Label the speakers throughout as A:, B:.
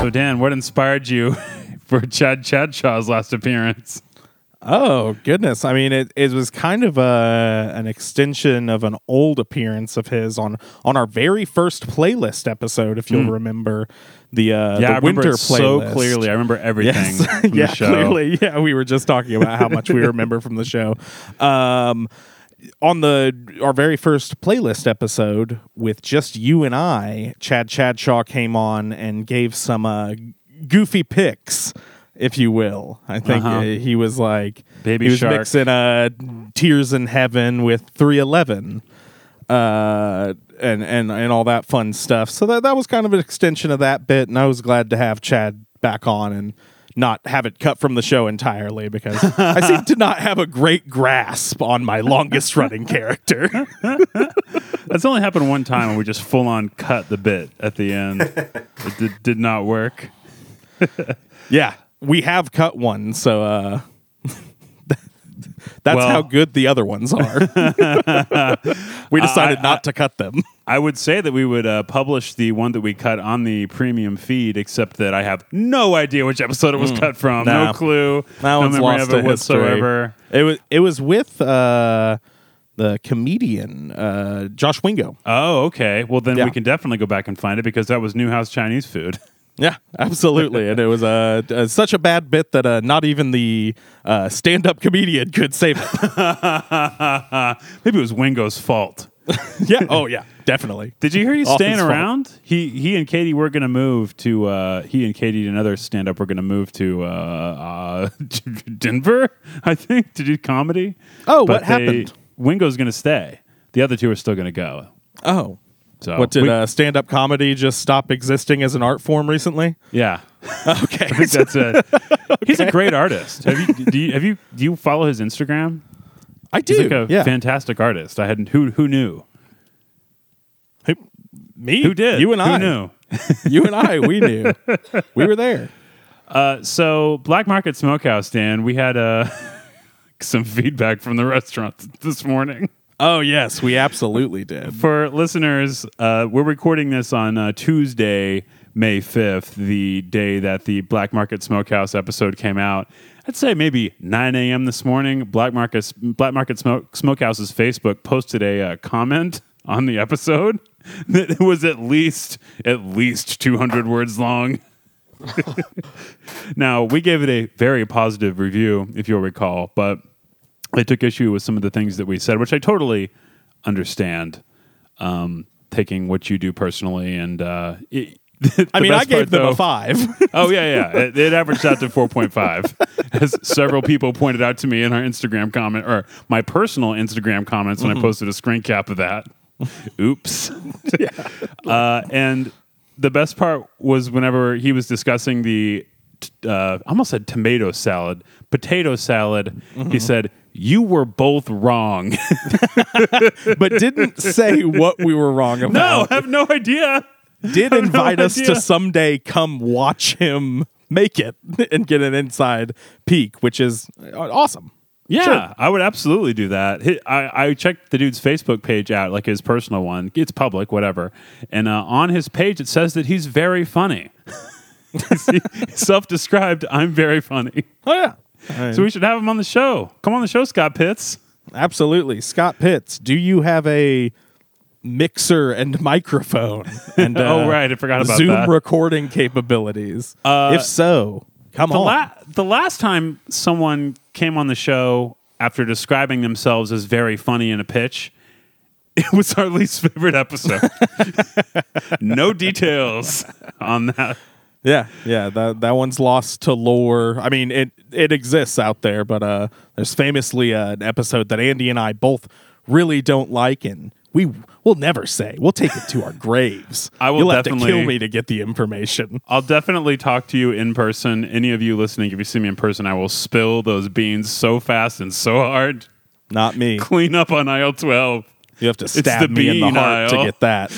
A: So, Dan, what inspired you for Chad Chadshaw's last appearance?
B: Oh goodness! I mean, it, it was kind of a an extension of an old appearance of his on on our very first playlist episode, if you'll remember the uh, the
A: Hmm. Yeah, I remember
B: winter
A: it
B: playlist.
A: so clearly. I remember everything from
B: yeah,
A: the show.
B: clearly. Yeah, we were just talking about how much we remember from the show. Um, on the our very first playlist episode with just you and I, Chad Chadshaw came on and gave some uh, goofy picks, if you will. I think uh he was like
A: Uh-huh. Baby
B: he was
A: Shark.
B: mixing uh, Tears in Heaven with Three Eleven uh, and and and all that fun stuff. So that that was kind of an extension of that bit, and I was glad to have Chad back on and not have it cut from the show entirely because I seem to not have a great grasp on my longest running character.
A: That's only happened one time, and we just full on cut the bit at the end. it did, did not work.
B: yeah, we have cut one, so uh, that's
A: Well-
B: how good the other ones are. we decided not to cut them.
A: I would say that we would uh, publish the one that we cut on the premium feed, except that I have no idea which episode it was cut from. No,
B: No.
A: clue.
B: Hmm. That
A: no
B: one's
A: memory
B: lost
A: of it
B: to history.
A: whatsoever.
B: It was it was with uh, the comedian uh, Josh Wingo.
A: Oh, okay. Well, then
B: Yeah.
A: we can definitely go back and find it because that was Newhouse Chinese food.
B: Yeah, absolutely. and it was uh, uh, such a bad bit that uh, not even the uh, stand up comedian could save it.
A: Uh, Maybe it was Wingo's fault.
B: yeah. Oh yeah, definitely.
A: Did you hear he's
B: All
A: staying
B: his fault.
A: around? He he and Katie were gonna move to uh, he and Katie and another stand up were gonna move to uh, uh, Denver, I think, to do comedy.
B: Oh, what happened?
A: Wingo's gonna stay. The other two are still gonna go.
B: Oh.
A: So
B: What did
A: we-
B: uh, stand up comedy just stop existing as an art form recently?
A: yeah.
B: Okay.
A: I think that's it. He's a great artist. Have you do you have you do you follow his Instagram?
B: I do.
A: He's like a
B: yeah.
A: fantastic artist. I hadn't who who knew?
B: Who- me?
A: Who did?
B: You and
A: who
B: I.
A: knew?
B: You and I. We knew. we were there.
A: so black market smokehouse dan we had uh, some feedback from the restaurant th- this morning
B: Oh yes, we absolutely did.
A: for listeners uh, we're recording this on uh, tuesday may 5th the day that the black market smokehouse episode came out i'd say maybe 9 a.m this morning black market, black market Smoke, smokehouse's facebook posted a uh, comment on the episode that was at least at least 200 words long Now, we gave it a very positive review, if you'll recall, but they took issue with some of the things that we said, which I totally understand. Um, taking what you do personally, and uh, it- the
B: I mean, I
A: best
B: gave
A: part,
B: them
A: though-
B: a five.
A: Oh yeah, yeah. It, it averaged out to four point five, as several people pointed out to me in our Instagram comment or my personal Instagram comments when I posted a screen cap of that. Oops. uh, and the best part was whenever he was discussing the, t- uh, I almost said tomato salad, potato salad. He said. You were both wrong.
B: but didn't say what we were wrong
A: no,
B: about.
A: Oh, I have no idea.
B: did invite us
A: idea.
B: to someday come watch him make it and get an inside peek, which is uh, awesome.
A: Yeah,
B: Sure.
A: I would absolutely do that. Hi- I, I checked the dude's Facebook page out, like his personal one. It's public, whatever. And uh, on his page, it says that he's very funny. Self described, I'm very funny.
B: Oh yeah.
A: So we should have him on the show. Come on the show, Scott Pitts.
B: Absolutely. Scott Pitts, do you have a mixer and microphone and uh,
A: Oh, right, I forgot about
B: Zoom
A: that. Uh,
B: recording capabilities? if so, come
A: The,
B: on.
A: la- the last time someone came on the show after describing themselves as very funny in a pitch, it was our least favorite episode. no details on that.
B: yeah, yeah, that that one's lost to lore. I mean, it it exists out there, but uh there's famously uh, an episode that Andy and I both really don't like and we will never say. We'll take it to our graves.
A: I will
B: You'll have to
A: definitely-
B: kill me to get the information.
A: I'll definitely talk to you in person. Any of you listening, if you see me in person, I will spill those beans so fast and so hard.
B: Not me.
A: Clean up on aisle 12.
B: You have to
A: the
B: stab me in the
A: bean
B: heart
A: aisle.
B: to get that.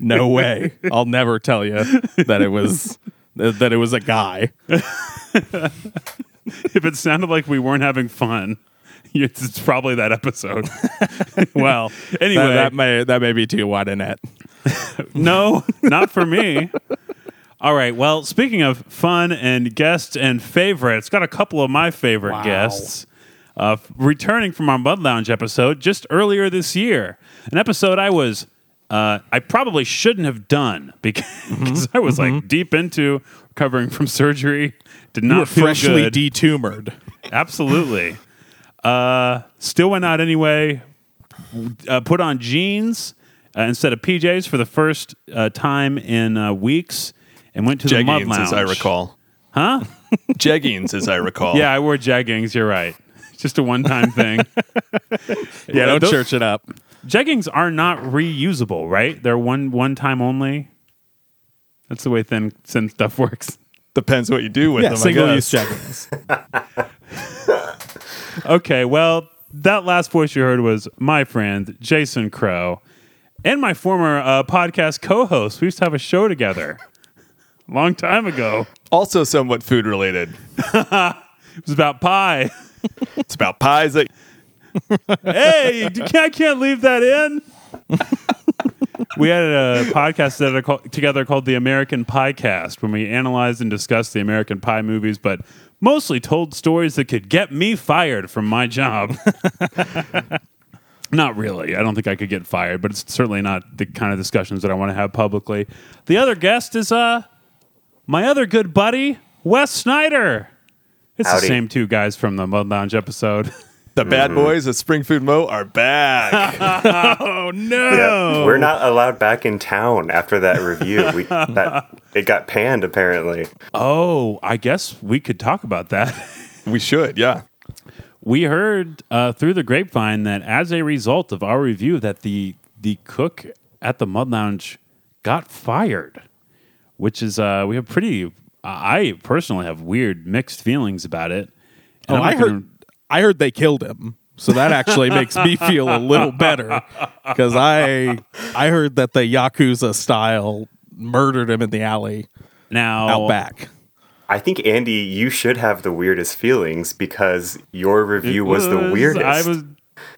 B: no way. I'll never tell you that it was that it was a guy.
A: if it sounded like we weren't having fun, it's probably that episode.
B: Well,
A: Anyway.
B: that, that may that may be too wide a net.
A: no, not for me. All right. Well, speaking of fun and guests and favorites, got a couple of my favorite
B: Wow.
A: guests uh, f- returning from our Mud Lounge episode just earlier this year. An episode I was. Uh, I probably shouldn't have done because
B: Mm-hmm.
A: I was like deep into recovering from surgery. Did not feel
B: Freshly
A: good.
B: detumored.
A: Absolutely. Uh, still went out anyway. Uh, put on jeans uh, instead of PJs for the first uh, time in uh, weeks, and went to the mud
C: Jeggings,
A: lounge.
C: as I recall. Huh? Jeggings, as I recall.
A: Yeah, I wore jeggings. You're right. Just a one-time thing.
B: Yeah, don't
A: those-
B: church it up.
A: jeggings are not reusable, right? They're one one time only. That's the way thin thin stuff works.
C: Depends what you do with
B: Yeah,
C: them. I
B: single
C: guess.
B: use jeggings.
A: Okay, well, that last voice you heard was my friend Jason Crow and my former uh, podcast co-host. We used to have a show together a long time ago.
C: Also, somewhat food related.
A: It was about pie.
C: It's about pies that
A: hey, you can't- I can't leave that in. we had a podcast that are called, together called the American Piecast when we analyzed and discussed the American Pie movies, but mostly told stories that could get me fired from my job. Not really. I don't think I could get fired, but it's certainly not the kind of discussions that I want to have publicly. The other guest is uh my other good buddy, Wes Snyder. It's the
D: Howdy.
A: same two guys from the Mud Lounge episode.
C: the bad
B: Mm-hmm.
C: boys at Spring Food Mo are back.
A: Oh no.
D: Yeah, we're not allowed back in town after that review. We that it got panned apparently.
A: Oh, I guess we could talk about that.
C: we should, yeah.
A: We heard uh, through the grapevine that as a result of our review, that the the cook at the Mud Lounge got fired, which is uh, we have pretty. I personally have weird mixed feelings about it. And I'm
B: Oh,
A: not
B: I heard
A: gonna-
B: I heard they killed him. So that actually makes me feel a little better because I I heard that the yakuza style murdered him in the alley
A: now
B: out back.
D: I think Andy, you should have the weirdest feelings because your review was, the weirdest.
A: Uh, I was,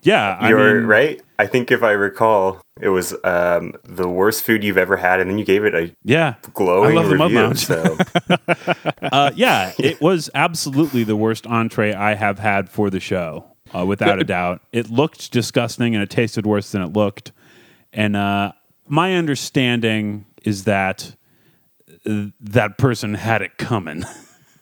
A: yeah. I
D: your
A: mean,
D: right? I think if I recall, it was um, the worst food you've ever had, and then you gave it a
A: Yeah,
D: glowing
A: I love the Mud
D: review.
A: Lounge.
D: so
A: Uh, yeah, it was absolutely the worst entree I have had for the show, uh, without a doubt. It looked disgusting and it tasted worse than it looked. And uh, my understanding is that uh, that person had it coming.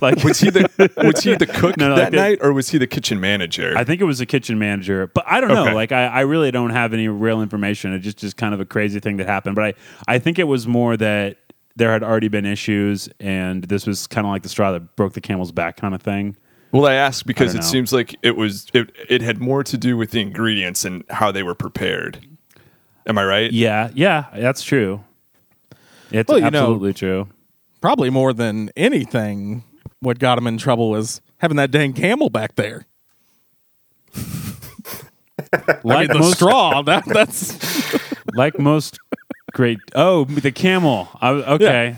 A: like,
C: Was he the was he the cook
A: No, no,
C: that
A: like it-
C: night, or was he the kitchen manager?
A: I think it was a kitchen manager, but I don't know.
C: Okay.
A: Like, I, I really don't have any real information. It just is kind of a crazy thing that happened. But I, I think it was more that there had already been issues, and this was kind of like the straw that broke the camel's back kind of thing.
C: well, I asked because
A: I
C: it
A: don't know.
C: seems like it was it, it had more to do with the ingredients and how they were prepared. Am I right?
A: Yeah, yeah, that's true. It's
B: Well, you know-
A: absolutely true.
B: Probably more than anything, what got him in trouble was having that dang camel back there.
A: Like
B: The
A: most,
B: straw that that's
A: like most great. Oh, the camel. I, was- okay,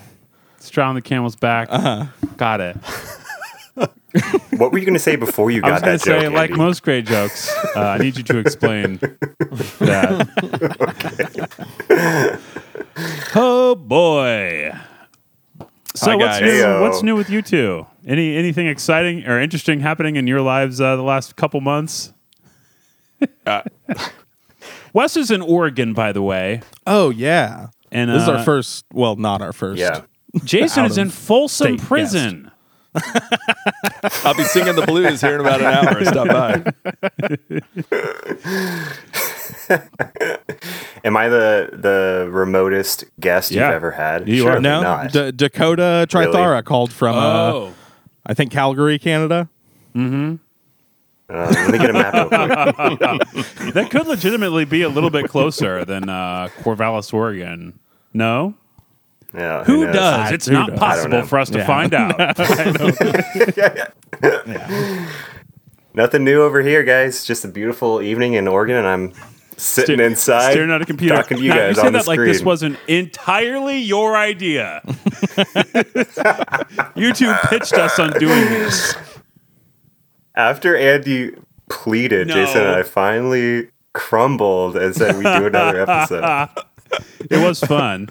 A: straw on the camel's back.
B: Uh-huh.
A: Got it.
D: what were you going to say before you
A: I
D: got
A: was going
D: that
A: to say,
D: joke?
A: like
D: Andy?
A: most great jokes, uh, I need you to explain that. Oh boy. So
C: Hi,
A: what's
C: guys.
A: new,
D: Heyo.
A: what's new with you two? Any anything exciting or interesting happening in your lives uh, the last couple months?
C: Uh,
A: Wes is in Oregon, by the way.
B: oh yeah.
A: And,
B: this is
A: uh,
B: our first well, not our first.
D: yeah.
A: Jason
B: out
A: is in
B: of
A: Folsom
B: state
A: Prison.
C: I'll be singing the blues here in about an hour. Stop by.
D: Am I the the remotest guest
A: Yeah.
D: you've ever had?
A: You are.
D: Surely
B: No,
D: not.
B: D- Dakota
D: Really?
B: Trithara called from,
A: Oh.
B: uh, I think Calgary, Canada.
D: Uh, let me get a map. Real quick.
A: that could legitimately be a little bit closer than uh, Corvallis, Oregon. No?
D: Yeah,
A: Who
D: knows?
A: does? It's
B: Who
A: not
B: does?
D: I
A: possible
D: don't know.
A: for us to
B: Yeah.
A: find out.
D: Nothing new over here, guys. Just a beautiful evening in Oregon, and I'm sitting
A: Sta-
D: inside,
A: staring at a computer.
D: talking to you
A: Now,
D: guys
A: say
D: on the
A: that like this
D: screen.
A: wasn't entirely your idea. you two pitched us on doing this.
D: After Andy pleaded,
A: No.
D: Jason and I finally crumbled and said we do another episode.
A: It was fun.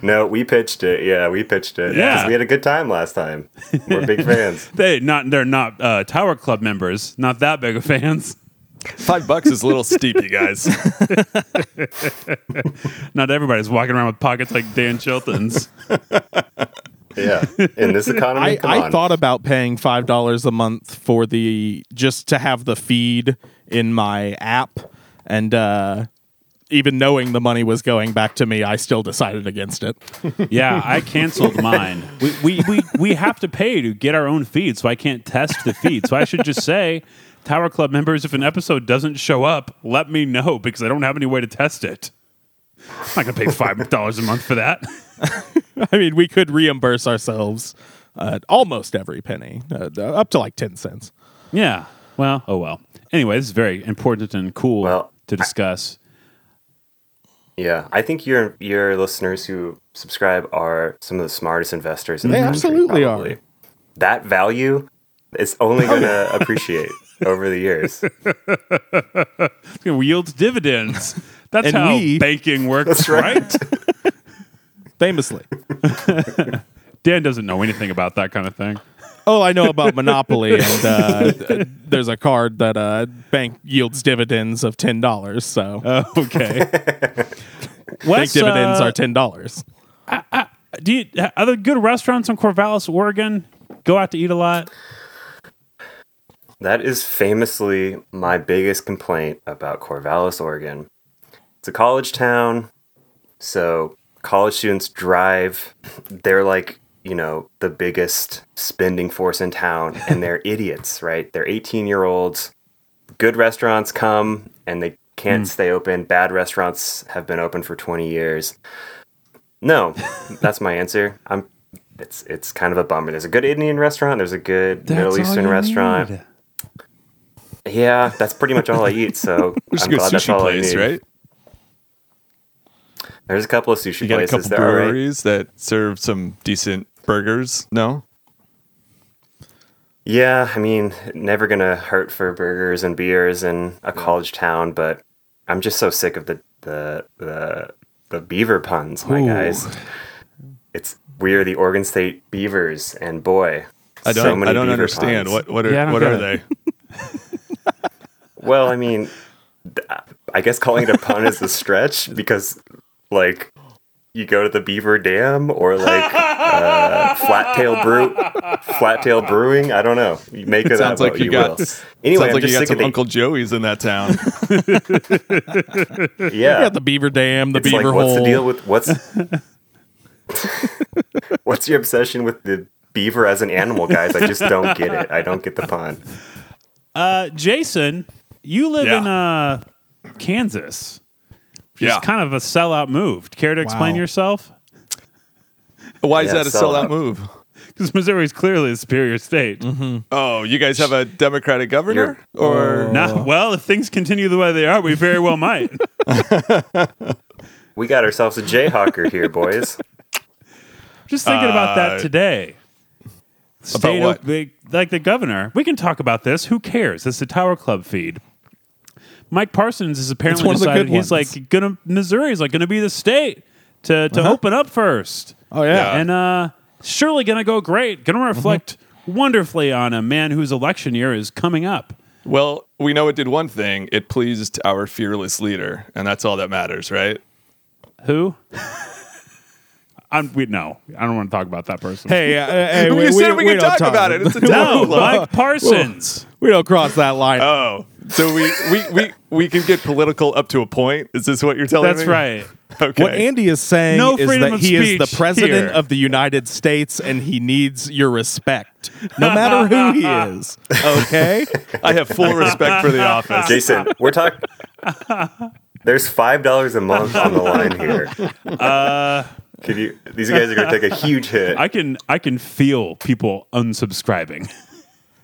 D: No, we pitched it. Yeah, we pitched it. 'Cause
A: Yeah.
D: we had a good time last time. We're big fans.
A: They not they're not uh, Tower Club members. Not that big of fans.
C: Five bucks is a little steep, you guys.
A: Not everybody's walking around with pockets like Dan Chilton's.
D: Yeah, in this economy,
B: I,
D: come
B: I
D: on.
B: thought about paying five dollars a month for the just to have the feed in my app, and uh, even knowing the money was going back to me, I still decided against it.
A: Yeah, I canceled mine. We, we, we, we have to pay to get our own feed, so I can't test the feed. So I should just say, Tower Club members, if an episode doesn't show up, let me know because I don't have any way to test it. I'm not going to pay $5 a month for that.
B: I mean, we could reimburse ourselves uh, almost every penny, uh, up to like ten cents.
A: Yeah. Well, oh well. Anyway, this is very important and cool
D: Well,
A: to discuss.
D: yeah, I think your your listeners who subscribe are some of the smartest investors. In
B: They
C: Mm-hmm.
D: the country,
B: absolutely are.
D: probably. That value is only going to appreciate over the years.
A: It yields dividends. That's
B: And
A: how
B: we-
A: banking works, right?
B: Famously,
A: Dan doesn't know anything about that kind of thing.
B: oh, I know about Monopoly, and uh, there's a card that uh, bank yields dividends of ten dollars.
C: Oh,
B: So
A: Okay. uh,
B: bank
C: uh,
B: dividends are ten dollars.
A: Do you, are there good restaurants in Corvallis, Oregon? Go out to eat a lot.
D: That is famously my biggest complaint about Corvallis, Oregon. It's a college town, so college students drive. They're like, you know, the biggest spending force in town, and they're idiots, right? They're 18 year olds. Good restaurants come and they can't
C: Hmm.
D: stay open. Bad restaurants have been open for 20 years. No, that's my answer. I'm. It's it's kind of a bummer. There's a good Indian restaurant. There's a good Middle Eastern restaurant. Yeah, that's pretty much all I eat. So
C: There's
D: I'm
C: a good
D: glad that's
C: sushi
D: all
C: place,
D: I need.
C: right?
D: There's a couple of sushi
C: You got a
D: places
C: couple
D: that are all right.
C: breweries that serve some decent burgers. No,
D: Yeah, I mean, never gonna hurt for burgers and beers in a college town, but I'm just so sick of the the the, the beaver puns, my guys. It's we are the Oregon State Beavers, and boy,
C: I don't.
D: so many
C: I don't
D: beaver
C: understand
D: puns.
C: what what are
A: Yeah, I don't
C: what
A: get
C: are
A: it.
C: they?
D: Well, I mean, th- I guess calling it a pun is a stretch because, like, you go to the Beaver Dam or like uh, Flattail Brew, Flattail Brewing. I don't know. You make it,
C: sounds
D: up.
C: like
D: what
C: you got-
D: will. Anyway,
C: Sounds like
D: I'm
C: you
D: just
C: got
D: sick of
C: some
D: the-
C: Uncle Joey's in that town.
D: Yeah,
B: Yeah, the beaver dam, the
D: it's
B: beaver
D: like,
B: hole.
D: what's the deal with what's what's your obsession with the beaver as an animal, guys? I just don't get it. I don't get the pun.
A: Uh, Jason, you live
C: Yeah.
A: in uh, Kansas.
C: yeah.
A: It's kind of a sellout move. Care to explain
B: Wow.
A: yourself?
C: Why is
D: Yeah,
C: that a
D: sell
C: sellout
D: out.
C: move?
A: Because Missouri is clearly a superior state.
C: Oh, you guys have a Democratic governor, or
A: Nah, well, if things continue the way they are, we very well might.
D: We got ourselves a Jayhawker here, boys.
A: Just thinking about that
C: Uh,
A: today. State
C: what?
A: of- they- like the governor. We can talk about this. Who cares? It's the Tower Club feed. Mike Parsons is apparently
B: one of the
A: decided
B: good
A: he's
B: ones. Uh-huh.
A: like gonna Missouri's like gonna be the state to to open up first.
B: Oh yeah. Uh-huh.
A: And uh surely gonna go great. Gonna reflect wonderfully on a man whose election year is coming up.
C: Well, we know it did one thing. It pleased our fearless leader, and that's all that matters, right?
A: Who? I'm we no. I don't want to talk about that person.
B: Hey, uh, hey,
C: you said we, could
B: don't
C: talk about it. It's a no.
A: No, Mike Parsons.
B: We don't cross that line.
C: Oh, so we, we we we can get political up to a point. Is this what you're telling
A: That's
C: me?
A: right.
C: Okay.
B: what Andy is saying
A: No
B: is
A: freedom
B: that
A: of
B: he is the
A: speech
B: president
A: here.
B: of the United States and he needs your respect, no matter who he is. Okay,
C: I have full respect for the office.
D: Jason, we're talking. There's five dollars a month on the line here. Uh, Could you? These guys are going to take a huge hit.
A: I can I can feel people unsubscribing.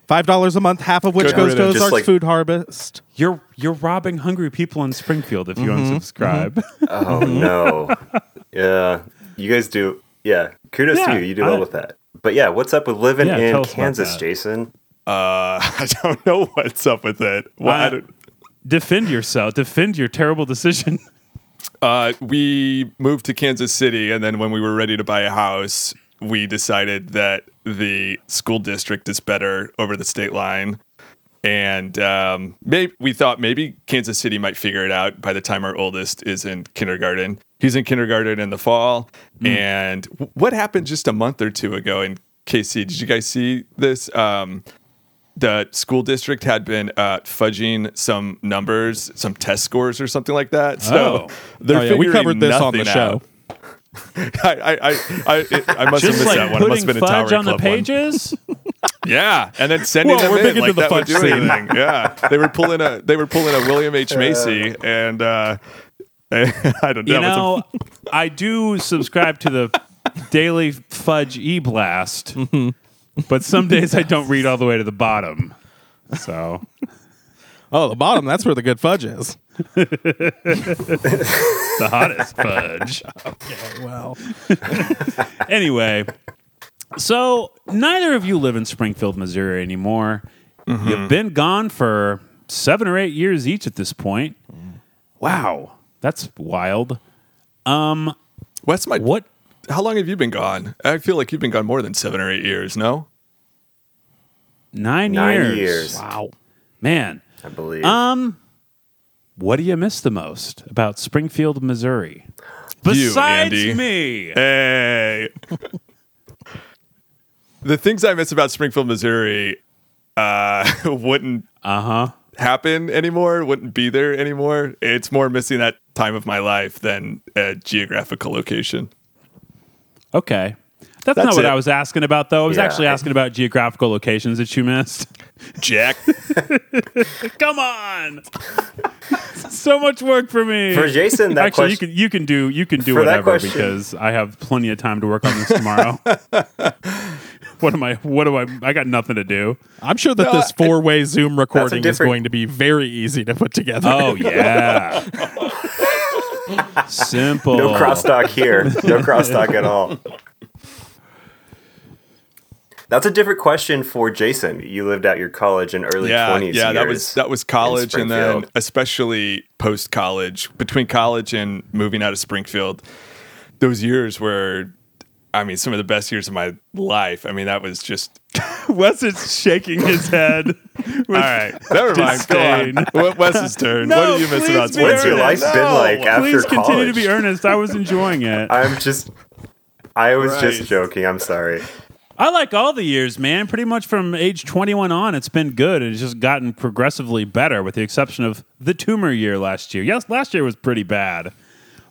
B: Five dollars a month, half of which
C: Good
B: goes to
C: riddance.
B: Ozark's
D: Just like-
B: Food Harvest.
A: You're you're robbing hungry people in Springfield if you
C: Mm-hmm,
A: unsubscribe.
D: Oh no. Yeah. You guys do yeah. Kudos
A: Yeah,
D: to you. You do well
A: I-
D: with that. But yeah, what's up with living
A: Yeah, tell
D: in
A: us about
D: Kansas,
A: that.
D: Jason?
C: Uh, I don't know what's up with it. Well, I
A: Uh,
C: don't-
A: defend yourself. Defend your terrible decision.
C: Uh, we moved to Kansas City, and then when we were ready to buy a house, we decided that the school district is better over the state line. And um, maybe we thought maybe Kansas City might figure it out by the time our oldest is in kindergarten. He's in kindergarten in the fall. And w- what happened just a month or two ago in KC? Did you guys see this? Um, the school district had been uh, fudging some numbers, some test scores or something like that. So
A: Oh.
C: they're
B: Oh, yeah, we
C: figuring
B: covered this on the
C: nothing
B: show.
C: out. I I I I, it, I must have
A: Just
C: missed
A: like
C: that one. It must
A: putting
C: have been a
A: fudge
C: Tower
A: on the
C: Club one.
A: pages.
C: Yeah, and then sending
B: Whoa,
C: them
B: we're
C: in
B: big into
C: like
B: the
C: that would
B: fudge
C: do
B: scene.
C: anything. Yeah, they were pulling a they were pulling a William H Macy, and uh, I don't know.
A: you
C: It's a-
A: know, I do subscribe to the Daily Fudge e blast,
C: Mm-hmm.
A: but some days I don't read all the way to the bottom. So
B: Oh, the bottom, that's where the good fudge is.
A: the hottest fudge.
B: Well,
A: Anyway, so neither of you live in Springfield, Missouri anymore. You've been gone for seven or eight years each at this point. Wow, that's wild.
C: What's my
A: What?
C: How long have you been gone? I feel like you've been gone more than seven or eight years. No,
A: Nine,
D: Nine
A: years.
D: years.
B: wow.
A: Man,
D: I believe.
A: Um, what do you miss the most about Springfield, Missouri? Besides
C: Andy.
A: me.
C: Hey. the things I miss about Springfield, Missouri uh, wouldn't
A: Uh huh.
C: happen anymore, wouldn't be there anymore. It's more missing that time of my life than a geographical location.
A: Okay.
C: That's
A: That's, not what
C: it.
A: I was asking about, though. I was
D: Yeah.
A: actually asking about geographical locations that you missed.
C: Jack,
A: Come on. so much work for me.
D: For Jason, that
A: actually, you
D: question-
A: can you can do you can do
D: For that
A: whatever
D: question-
A: because I have plenty of time to work on this tomorrow. what am I? What do I? I got nothing to do.
B: I'm sure that this four way Zoom recording is
D: different-
B: going to be very easy to put together.
A: Oh yeah. Simple.
D: no crosstalk here. No crosstalk at all. That's a different question for Jason. You lived out your college and early
C: yeah,
D: 20s
C: yeah, that
D: years
C: was that was
D: in
C: college, and then
D: Springfield.
C: especially post college, between college and moving out of Springfield, those years were, I mean, some of the best years of my life. I mean, that was just
A: Wes is shaking his head. All right.
C: Never mind. Go on.
A: Disdain.
C: What- Wes's turn.
A: No,
C: what do you miss
A: please
C: about
A: be
D: What's
C: Springfield?
D: your life been like after
A: Please continue
D: college?
A: to be earnest. I was enjoying it.
D: I'm just I was
C: Right.
D: just joking. I'm sorry.
A: I like all the years, man. Pretty much from age 21 on, it's been good. It's just gotten progressively better, with the exception of the tumor year last year. Yes, last year was pretty bad,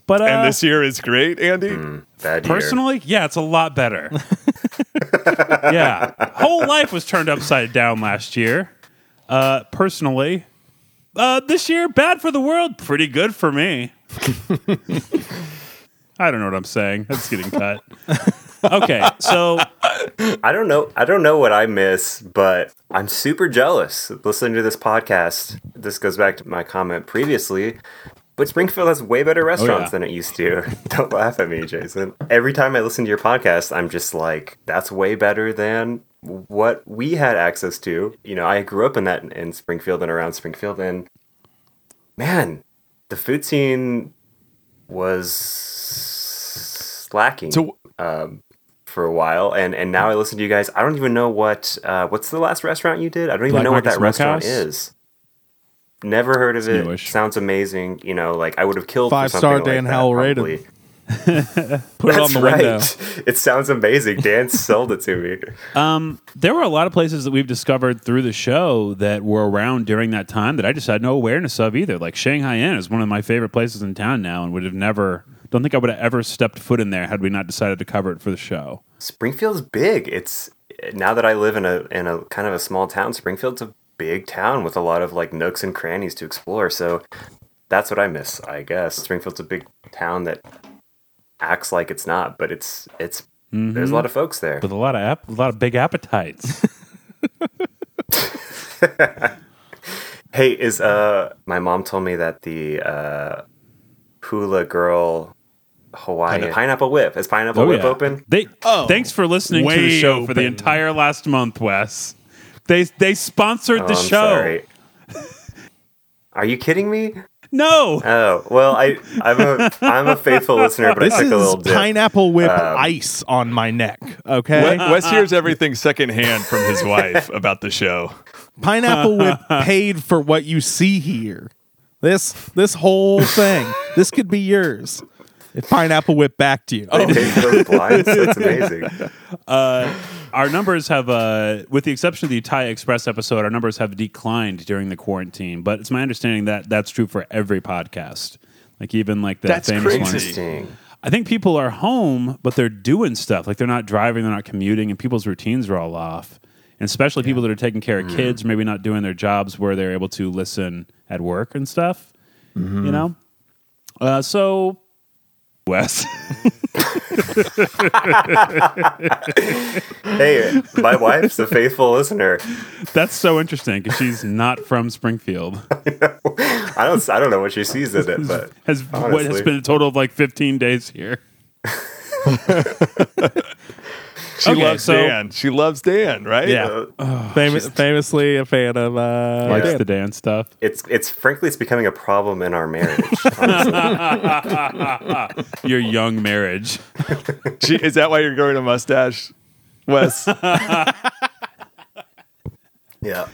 A: but uh,
C: And this year is great, Andy.
D: Bad year.
A: personally, yeah, it's a lot better. yeah, whole life was turned upside down last year. Uh, personally, uh, this year bad for the world, pretty good for me. I don't know what I'm saying. That's getting cut. Okay, so
D: I don't know. I don't know what I miss, but I'm super jealous listening to this podcast. This goes back to my comment previously, but Springfield has way better restaurants
A: yeah.
D: than it used to. don't laugh at me, Jason. Every time I listen to your podcast, I'm just like, that's way better than what we had access to. You know, I grew up in that in Springfield and around Springfield, and man, the food scene was lacking
C: So
D: um, for a while, and and now I listen to you guys. I don't even know what uh, what's the last restaurant you did. I don't even
A: Black
D: know what that
A: Market
D: restaurant
A: Smokehouse?
D: is. Never heard of it.
A: newish.
D: Sounds amazing. You know, like I would have killed
B: Five
D: for
B: star
D: something like
B: Dan
D: that,
B: Howell rated.
D: probably.
B: Put it on
D: That's
B: the
D: right.
B: window.
D: It sounds amazing. Dan sold it to me.
A: there were a lot of places that we've discovered through the show that were around during that time that I just had no awareness of either. Like Shanghai Inn is one of my favorite places in town now, and would have never. Don't think I would have ever stepped foot in there had we not decided to cover it for the show.
D: Springfield's big. It's now that I live in a in a kind of a small town. Springfield's a big town with a lot of like nooks and crannies to explore. So that's what I miss, I guess. Springfield's a big town that acts like it's not, but it's
A: Mm-hmm.
D: it's there's a lot of folks there.
A: With a lot of ap- a lot of big appetites.
D: Hey, is uh my mom told me that the uh hula girl Hawaiian pineapple, whip is pineapple
A: Oh,
D: whip open?
A: They
D: Oh,
A: thanks for listening to the
B: Way
A: show for the
B: open.
A: entire last month, Wes. They they sponsored
D: Oh,
A: the
D: I'm
A: show.
D: sorry. Are you kidding me?
A: No,
D: Oh well, I I'm a I'm a faithful listener, but
B: This
D: I took a
B: is
D: little dip. Um,
B: pineapple whip ice on my neck. Okay,
C: Wes, Wes hears everything secondhand from his wife about the show.
B: pineapple whip paid for what you see here. This this whole thing. this could be yours. If pineapple whip backed you.
D: They paid for those blinds. That's amazing.
A: our numbers have, uh, with the exception of the Thai Express episode, our numbers have declined during the quarantine. But it's my understanding that that's true for every podcast, like even like the
C: That's
A: famous
C: crazy.
A: ones.
D: Interesting.
A: I think people are home, but they're doing stuff. Like they're not driving, they're not commuting, and people's routines are all off. And especially people that are taking care
C: Mm-hmm.
A: of kids, maybe not doing their jobs where they're able to listen at work and stuff.
C: Mm-hmm.
A: You know? Uh, so, Wes.
D: Hey, my wife's a faithful listener.
A: That's so interesting because she's not from Springfield.
D: I don't I don't know what she sees in it, but
A: Has what has
D: Honestly.
A: been a total of like 15 days here.
C: She
A: Okay,
C: loves
A: so-
C: Dan. She loves Dan, right?
B: yeah. Famous, famously a fan of uh
A: Likes
B: Dan.
A: the dance stuff.
D: it's it's frankly it's becoming a problem in our marriage.
A: Your young marriage.
C: She, is that why you're growing a mustache, Wes?
D: yeah.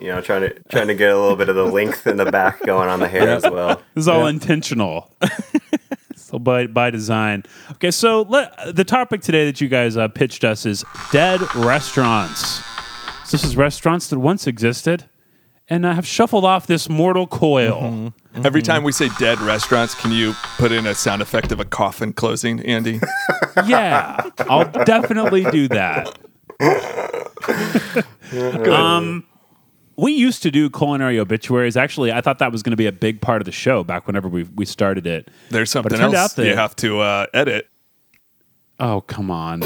D: You know, trying to trying to get a little bit of the length in the back going on the hair as well.
A: This is all intentional. so by by design. Okay, so let, the topic today that you guys uh, pitched us is dead restaurants. So this is restaurants that once existed and uh, have shuffled off this mortal coil.
C: Every time we say dead restaurants, can you put in a sound effect of a coffin closing, Andy?
A: Yeah, I'll definitely do that. um, we used to do culinary obituaries. Actually, I thought that was going to be a big part of the show back whenever we we started it.
C: There's something
A: turned
C: else
A: out that-
C: you have to uh, edit.
A: Oh, come on.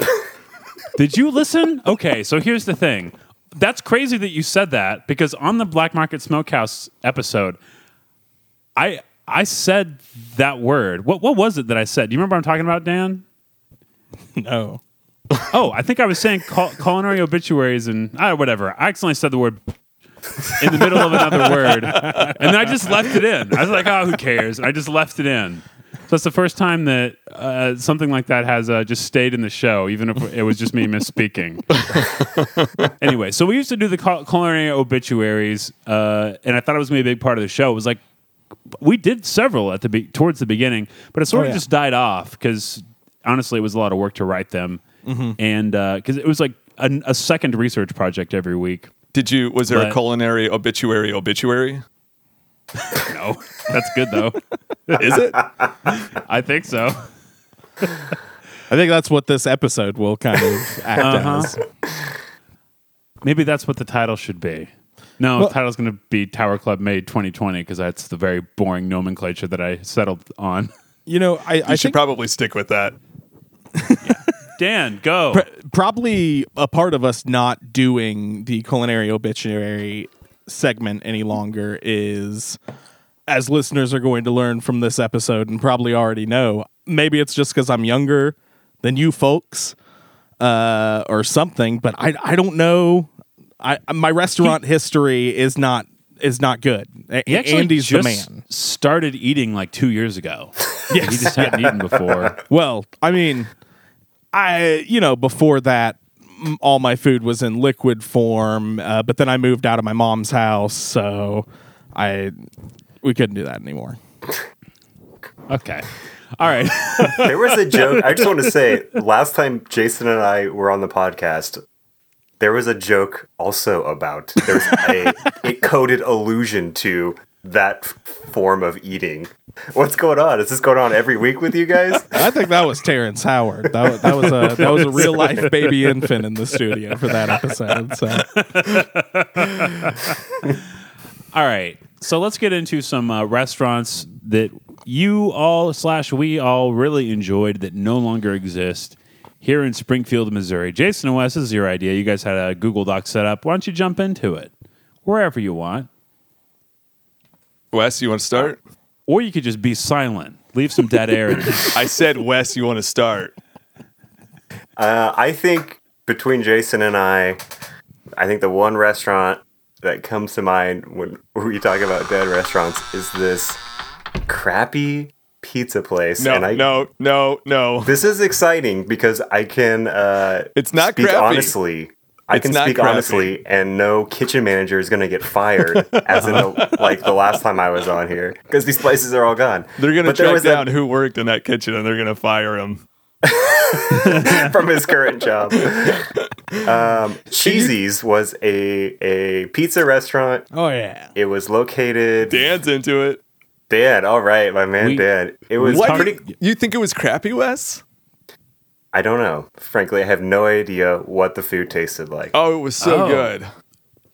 A: Did you listen? Okay, so here's the thing. That's crazy that you said that because on the Black Market Smokehouse episode, I I said that word. What what was it that I said? Do you remember what I'm talking about, Dan?
B: No.
A: Oh, I think I was saying cul- culinary obituaries and ah, whatever. I accidentally said the word in the middle of another word, and then I just left it in. I was like, "Oh, who cares?" And I just left it in. So that's the first time that uh, something like that has uh, just stayed in the show, even if it was just me misspeaking. anyway, so we used to do the cul- culinary obituaries, uh, and I thought it was going to be a big part of the show. It was like we did several at the be- towards the beginning, but it sort
B: Oh,
A: of
B: yeah.
A: just died off because honestly, it was a lot of work to write them,
B: Mm-hmm.
A: and because it was like a, a second research project every week.
C: Did you? Was there
A: But-
C: a culinary obituary? Obituary?
A: No, that's good though.
C: Is it?
A: I think so.
B: I think that's what this episode will kind of act as.
A: Maybe that's what the title should be. No,
B: Well-
A: the title's going to be Tower Club Made 2020 because that's the very boring nomenclature that I settled on.
B: You know, I, I
C: You should
B: think
C: probably stick with that.
A: Dan, go.
B: probably a part of us not doing the culinary obituary segment any longer is as listeners are going to learn from this episode and probably already know maybe it's just because i'm younger than you folks uh, or something but i, I don't know I, my restaurant history is not is not good A-
A: He actually
B: andy's
A: just
B: the man
A: started eating like two years ago. He just hadn't eaten before.
B: Well, I mean, I you know before that, m- all my food was in liquid form. Uh, but then I moved out of my mom's house, so I we couldn't do that anymore.
A: Okay. All right.
D: There was a joke. I just want to say, last time Jason and I were on the podcast, there was a joke also about there was a, a coded allusion to that f- form of eating. What's going on? Is this going on every week with you guys?
B: I think that was Terrence Howard. That, wa- that was a that was a real life baby infant in the studio for that episode. So
A: All right. So let's get into some uh, restaurants that you all slash we all really enjoyed that no longer exist here in Springfield, Missouri. Jason and Wes, this is your idea. You guys had a Google Doc set up. Why don't you jump into it? wherever you want.
C: Wes, you want to start?
A: Or you could just be silent, leave some dead air. in it.
C: I said, Wes, you want to start?
D: Uh, I think between Jason and I, I think the one restaurant that comes to mind when we talk about dead restaurants is this crappy pizza place.
C: No,
D: and I,
C: no, no, no.
D: This is exciting because I can. Uh,
C: It's not
D: speak
C: crappy.
D: honestly. I
C: It's
D: can
C: not
D: speak
C: crappy.
D: honestly, and no kitchen manager is going to get fired, as in the, like the last time I was on here, because these places are all gone.
C: They're going to
D: But there
C: track
D: was that-
C: down who worked in that kitchen and they're going to fire him.
D: from his current job. Um, Cheesy's was a a pizza restaurant.
B: Oh yeah.
D: It was located.
C: Dan's into it.
D: Dad, all right, my man,
A: We-
D: Dad. It was
A: What?
D: pretty.
C: You think it was crappy, Wes?
D: I don't know. Frankly, I have no idea what the food tasted like.
C: Oh, it was so
A: Oh.
C: good.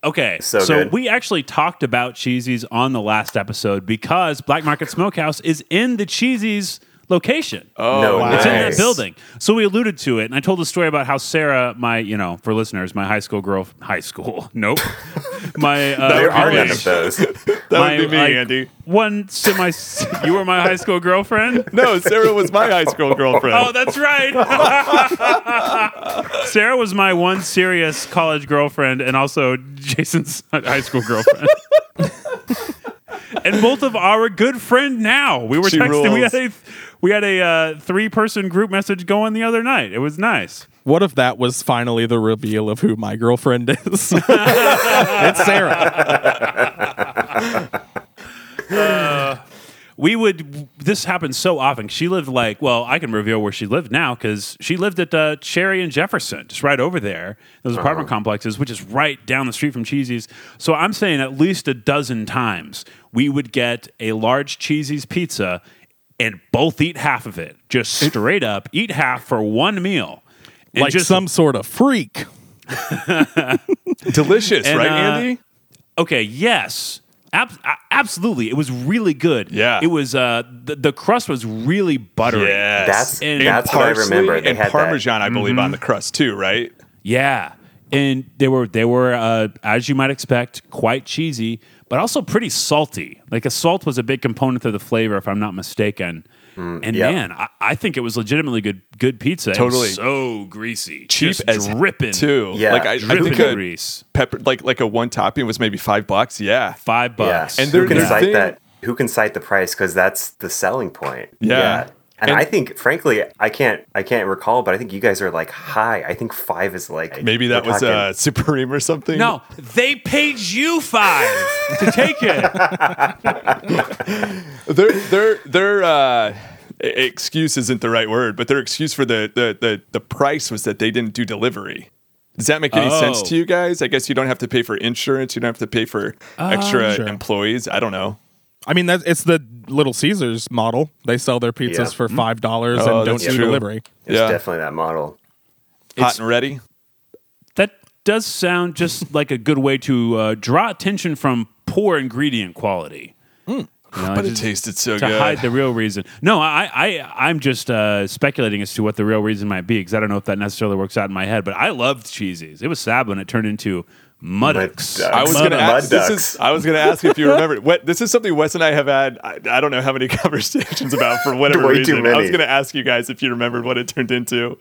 A: Okay,
D: So good.
A: we actually talked about Cheesies on the last episode because Black Market Smokehouse is in the Cheesies location.
C: Oh,
D: no,
C: wow.
A: It's in that
D: nice.
A: building. So we alluded to it, and I told a story about how Sarah, my you know, for listeners, my high school girl, high school, nope, my uh,
D: There are
A: college-
D: none of those.
C: That
A: my,
C: would be me,
A: like,
C: Andy.
A: One semi, you were my high school girlfriend.
C: No, Sarah was my high school girlfriend.
A: Oh, that's right. Sarah was my one serious college girlfriend and also Jason's high school girlfriend. and both of our good friend now. We were
C: She
A: texting. We
C: rules.
A: had a we had a uh, three person group message going the other night. It was nice.
B: What if that was finally the reveal of who my girlfriend is? it's Sarah.
A: We would. This happened so often. She lived like. Well, I can reveal where she lived now because she lived at uh, Cherry and Jefferson, just right over there. Those apartment complexes, which is right down the street from Cheesy's. So I'm saying at least a dozen times we would get a large Cheesy's pizza and both eat half of it, just straight up eat half for one meal. And
B: Like
A: just-
B: some sort of freak.
C: Delicious,
A: And,
C: right,
A: uh,
C: Andy?
A: Okay. Yes. Ab- a- absolutely. It was really good.
C: Yeah.
A: It was. Uh. The, the crust was really buttery.
C: Yes.
D: That's
A: And
D: that's what I remember. They
C: and
D: had
C: Parmesan, I believe, on the
A: Mm-hmm.
C: crust too, right?
A: Yeah, and they were they were uh, as you might expect, quite cheesy, but also pretty salty. Like a salt was a big component of the flavor, if I'm not mistaken.
C: Mm,
A: and
D: yeah.
A: man, I, I think it was legitimately good good pizza. It was
C: Totally.
A: so greasy,
C: Cheap
A: Just
C: as
A: dripping
C: too.
D: Yeah.
C: like I, I
A: dripping
C: think a
A: grease.
C: pepper, like like a one topping was maybe five bucks. Yeah,
A: Five
D: that.
A: bucks.
D: Yeah.
C: And
D: who
C: there-
D: can
C: there's
D: cite
C: thing-
D: that? Who can cite the price? Because that's the selling point.
C: Yeah.
D: And,
C: And-
D: I think, frankly, I can't, I can't recall, but I think you guys are like high. I think five is like
C: maybe that
D: we're
C: was
D: talking-
C: uh, Supreme or something.
A: no, they paid you five to take it.
C: their their their uh, e- excuse isn't the right word, but their excuse for the the the, the price was that they didn't do delivery. Does that make any sense
A: Oh.
C: to you guys? I guess you don't have to pay for insurance. You don't have to pay for
A: Oh,
C: extra
B: sure.
C: employees. I don't know.
B: I mean, that's it's the Little Caesars model. They sell their pizzas
D: Yeah.
B: for five dollars
C: Oh,
B: and don't
C: that's
B: do
C: true.
B: delivery.
D: It's
C: yeah,
D: definitely that model.
C: hot and ready.
A: That does sound just like a good way to uh, draw attention from poor ingredient quality. You know,
C: But it
A: just-
C: tasted so
A: to
C: good.
A: hide the real reason. No, I, I, I'm just uh, speculating as to what the real reason might be because I don't know if that necessarily works out in my head. But I loved cheesies. It was sad when it turned into muddocks.
D: Mud
C: I was going to
D: Mud
C: ask. This
D: ducks.
C: is, I was going to ask if you remember. What, this is something Wes and I have had. I, I don't know how many conversations about for whatever
D: Way too
C: reason. I
D: many.
C: was going to ask you guys if you remembered what it turned into.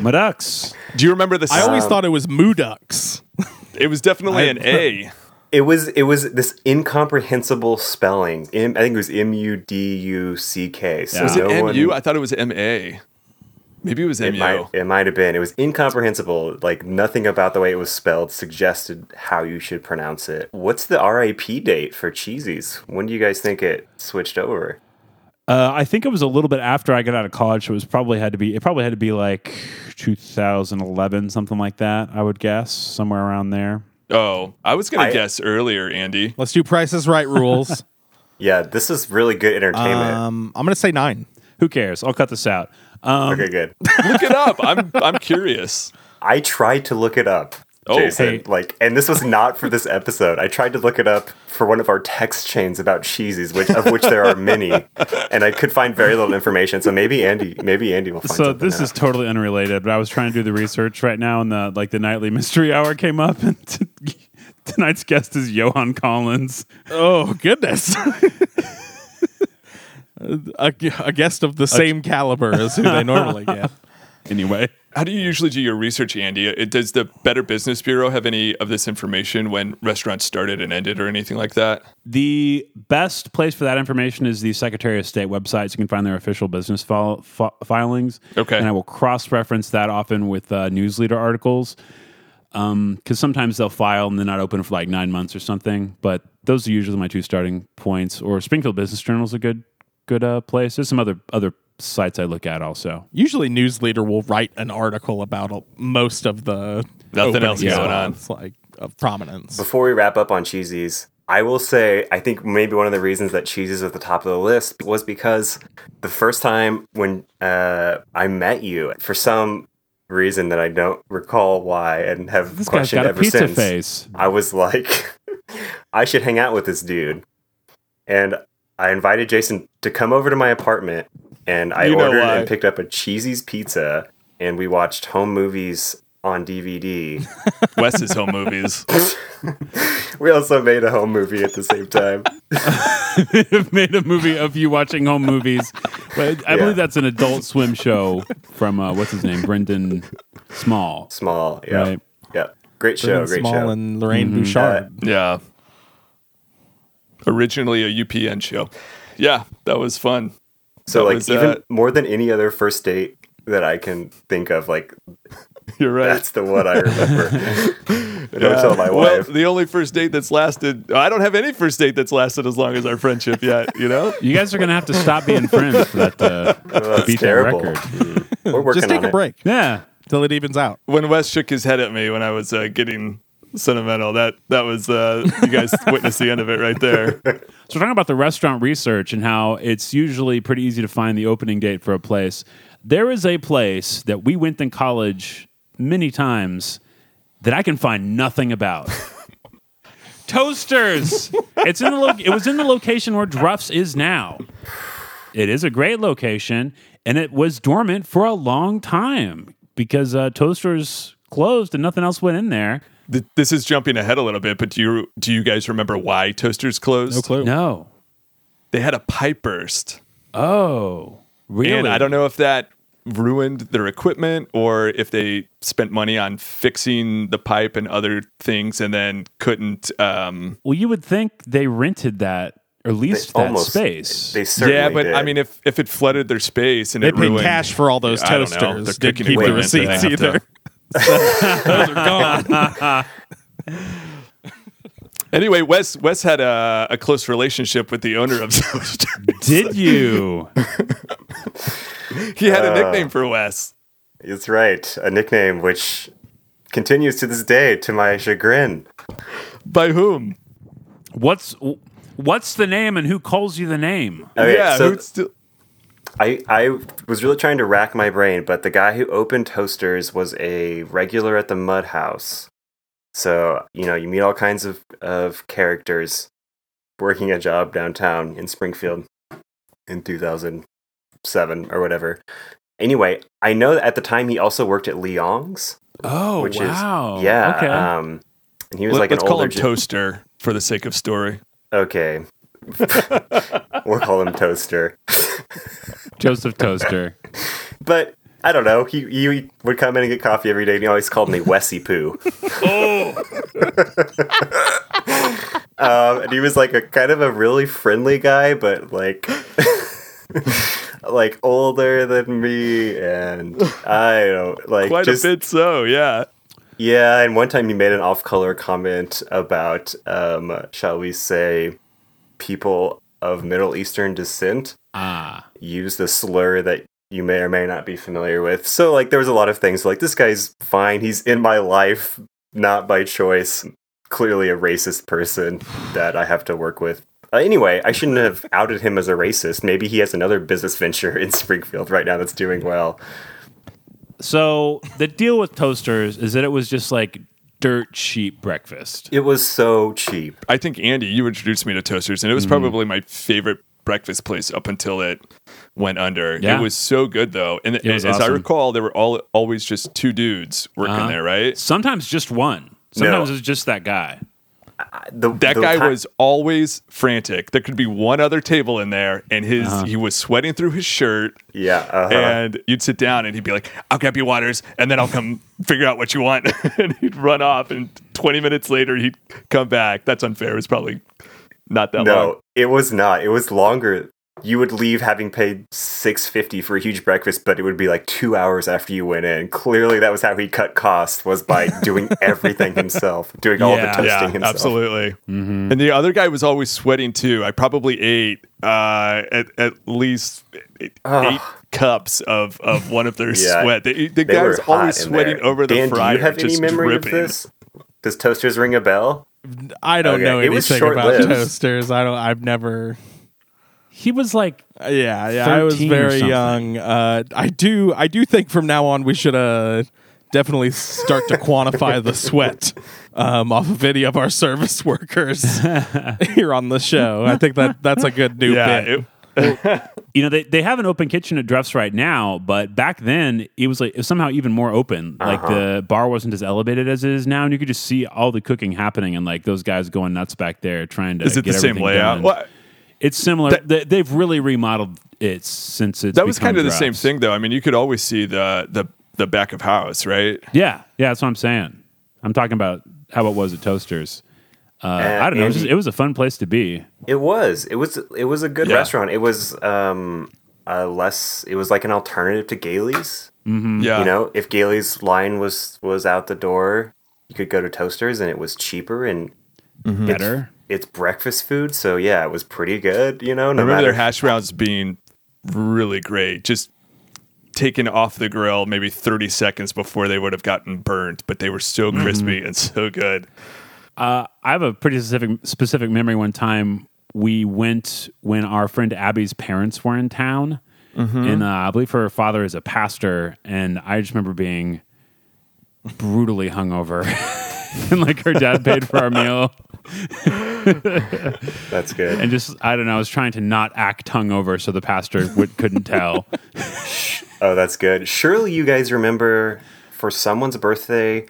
A: Muddocks.
C: Do you remember this?
B: I always thought it was moo ducks.
C: it was definitely an A.
D: It was it was this incomprehensible spelling. M, I think it was M U D U C K. So
A: Was
C: Was it
D: no one-
C: MU? I thought it was MA. Maybe it was
D: it
C: MU.
D: might it might have been. It was incomprehensible. Like nothing about the way it was spelled suggested how you should pronounce it. What's the RIP date for Cheesies? When do you guys think it switched over?
A: Uh, I think it was a little bit after I got out of college, so it was probably had to be. It probably had to be like 2011, something like that. I would guess somewhere around there.
C: oh, I was going
D: I-
C: to guess earlier, Andy.
B: Let's do prices right rules.
D: Yeah, this is really good entertainment.
B: um, I'm gonna say nine.
A: Who cares? I'll cut this out. Um,
D: okay, good.
C: Look it up. I'm I'm curious.
D: I tried to look it up.
C: Oh,
D: Jason,
A: hey.
D: like, and this was not for this episode. I tried to look it up for one of our text chains about cheesies, which of which there are many, and I could find very little information. So maybe Andy, maybe Andy will find.
A: so
D: something
A: this
D: out.
A: is totally unrelated but i was trying to do the research right now and the like the nightly mystery hour came up and Tonight's guest is Johan Collins.
B: Oh goodness. a, a guest of the same caliber as who they normally get.
A: Anyway,
C: How do you usually do your research, Andy? Uh, It, does the Better Business Bureau have any of this information when restaurants started and ended or anything like that?
A: the best place for that information is the Secretary of State website. So you can find their official business fil- fi- filings.
C: Okay.
A: And I will cross reference that often with uh, newsleader articles because sometimes they'll file and they're not open for like nine months or something. But those are usually my two starting points. Or Springfield Business Journal is a good good uh, place. There's some other other sites I look at also.
B: Usually, Newsleader will write an article about a- most of the
C: Nothing
B: opening
C: else going on.
B: spots, like of prominence.
D: Before we wrap up on cheesies, I will say I think maybe one of the reasons that cheesies was at the top of the list was because the first time when uh, I met you, for some reason that I don't recall why and have
A: This guy's
D: questioned
A: got a
D: ever
A: pizza
D: since,
A: face.
D: I was like, I should hang out with this dude, and I invited Jason to come over to my apartment, and I
C: You know
D: ordered
C: why.
D: and picked up a cheesy's pizza, and we watched home movies on DVD.
C: Wes's home movies.
D: we also made a home movie at the same time.
A: have made a movie of you watching home movies. But I
D: Yeah.
A: believe that's an Adult Swim show from uh, what's his name, Brendan Small.
D: Small. Yeah.
A: Right.
D: Yeah. Great show.
B: Brendan
D: Great
B: Small
D: show. Uh,
B: and Lorraine
C: Mm-hmm.
B: Bouchard.
C: Yeah. Originally a UPN show. Yeah, that was fun.
D: so like
C: was,
D: even
C: uh,
D: more than any other first date that I can think of, like
C: You're right.
D: that's the one I remember. Don't
C: Yeah.
D: tell my
C: Well,
D: wife.
C: the only first date that's lasted. I don't have any first date that's lasted as long as our friendship yet. You know.
A: You guys are going to have to stop being friends for that uh, to
D: that's
A: beat
D: terrible.
A: that record.
D: We're working
B: Just take
D: on
B: a
D: it.
B: break
A: Yeah.
B: till it evens out.
C: when Wes shook his head at me when I was uh, getting sentimental, that that was uh, you guys witnessed the end of it right there.
A: So we're talking about the restaurant research and how it's usually pretty easy to find the opening date for a place. There is a place that we went in college many times that I can find nothing about. Toasters. it's in the lo- it was in the location where Druff's is now. It is a great location, and it was dormant for a long time because uh, Toasters closed and nothing else went in there.
C: Th- this is jumping ahead a little bit, but do you do you guys remember why Toasters closed?
A: No.
C: They had a pipe burst,
A: Oh, really?
C: and I don't know if that ruined their equipment or if they spent money on fixing the pipe and other things and then couldn't. Um,
A: Well, you would think they rented that or leased that
D: almost-
A: space.
D: They certainly
C: yeah, but
D: did.
C: I mean, if if it flooded their space and
B: They
C: it
B: paid
C: ruined,
B: cash for all those
C: I don't know, their
B: toasters. Didn't
C: cooking
B: keep the
C: equipment, they
B: receipts
C: have to-
B: either.
C: Anyway, Wes Wes had a, a close relationship with the owner of Toasters.
A: Did you?
C: he had a nickname
D: Uh.
C: for Wes.
D: It's right. A nickname which continues to this day to my chagrin.
C: By whom?
A: what's what's the name and who calls you the name?
D: Okay,
C: yeah,
D: so
C: who'd still-
D: I, I was really trying to rack my brain, but the guy who opened Toasters was a regular at the Mud House. So, you know, you meet all kinds of, of characters working a job downtown in Springfield in 2007 or whatever. Anyway, I know that at the time he also worked at Leong's,
A: Oh,
D: which
A: wow.
D: is, yeah.
A: Okay.
D: Um, and he was
C: Let,
D: like
C: us
D: an
C: call
D: older
C: him
D: gen-
C: Toaster for the sake of story.
D: Okay. we'll call him Toaster.
A: Joseph Toaster.
D: But I don't know. He, he would come in and get coffee every day, and he always called me Wessy Poo. oh. um, and he was like a kind of a really friendly guy, but like. like older than me and i don't like
C: Quite
D: just
C: a bit so, yeah.
D: yeah and one time he made an off-color comment about um shall we say people of middle eastern descent
A: ah.
D: use the slur that you may or may not be familiar with. So like there was a lot of things like this guy's fine, he's in my life, not by choice, clearly a racist person that I have to work with. Uh, anyway, I shouldn't have outed him as a racist. Maybe he has another business venture in Springfield right now that's doing well.
A: So the deal with toasters is that it was just like dirt cheap breakfast.
D: It was so cheap.
C: I think Andy, you introduced me to Toasters, and it was
D: Mm-hmm.
C: probably my favorite breakfast place up until it went under.
A: Yeah.
C: It was so good though, and as
A: was
C: I
A: awesome. Uh-huh.
C: recall, there were all always just two dudes working there, right?
A: Sometimes just one. Sometimes
D: No.
A: it's just that guy.
D: I- the
C: That
D: the
C: guy
D: ti-
C: was always frantic. There could be one other table in there, and his
A: Uh-huh.
C: he was sweating through his shirt.
D: yeah. Uh-huh.
C: And you'd sit down, and he'd be like, "I'll grab you waters, and then I'll come figure out what you want." and he'd run off, and twenty minutes later, he'd come back. That's unfair. It's probably not that long.
D: no, it was not. It was longer. You would leave having paid six fifty for a huge breakfast, but it would be like two hours after you went in. Clearly, that was how he cut costs was by doing everything himself, doing all the
A: Yeah.
D: toasting
C: yeah,
D: himself.
C: absolutely.
A: Mm-hmm.
C: And the other guy was always sweating too. I probably ate uh, at at least eight
D: Ugh.
C: cups of, of one of their
D: Yeah.
C: sweat. The, the
D: They
C: guy
D: were
C: was
D: hot
C: always
D: in there.
C: sweating over the
D: Dan,
C: fryer,
D: Do you have any
C: just
D: memory
C: dripping.
D: of this? Does toasters ring a bell?
B: I don't
D: Okay,
B: know
D: it was
B: anything about
D: short-lived.
B: toasters. I don't. I've never.
A: He was like,
B: Uh, Yeah, yeah. I was
A: 13 or
B: very
A: something.
B: young. Uh, I do. I do think from now on we should uh, definitely start to quantify the sweat um, off of any of our service workers here on the show. I think that that's a good new
C: Yeah,
B: bit.
C: it-
A: you know, they, they have an open kitchen at Dreff's right now, but back then it was like it was somehow even more open. Like the bar wasn't as elevated as it is now, and you could just see all the cooking happening and like those guys going nuts back there trying to.
C: is it
A: get
C: the same
A: everything
C: layout?
A: done.
C: Well,
A: It's similar.
C: That-
A: They- They've really remodeled it since it's
C: that was
A: become
C: kind of the same
A: Dreff's.
C: thing, though. I mean, you could always see the the the back of house, right?
A: Yeah, yeah, that's what I'm saying. I'm talking about how it was at Toasters. Uh, I don't know. It was,
D: Andy-
A: just, it was a fun place to be.
D: It was. It was. It was a good
C: Yeah.
D: restaurant. It was um, a less. It was like an alternative to Gailey's.
C: Yeah,
D: Mm-hmm. You know, if Gailey's line was was out the door, you could go to Toasters, and it was cheaper and
C: Mm-hmm.
A: Better.
D: it's breakfast food. So yeah, it was pretty good. You know, no
C: I remember
D: matter
C: their hash browns being really great. Just taken off the grill maybe 30 seconds before they would have gotten burnt, but they were so
D: Mm-hmm.
C: crispy and so good.
A: I have a pretty specific specific memory. One time we went when our friend Abby's parents were in town, and uh, I believe her father is a pastor. And I just remember being brutally hungover, and like her dad paid for our meal,
D: that's good.
A: and just I don't know. I was trying to not act hungover so the pastor would, couldn't tell.
D: Oh, that's good. Surely you guys remember for someone's birthday,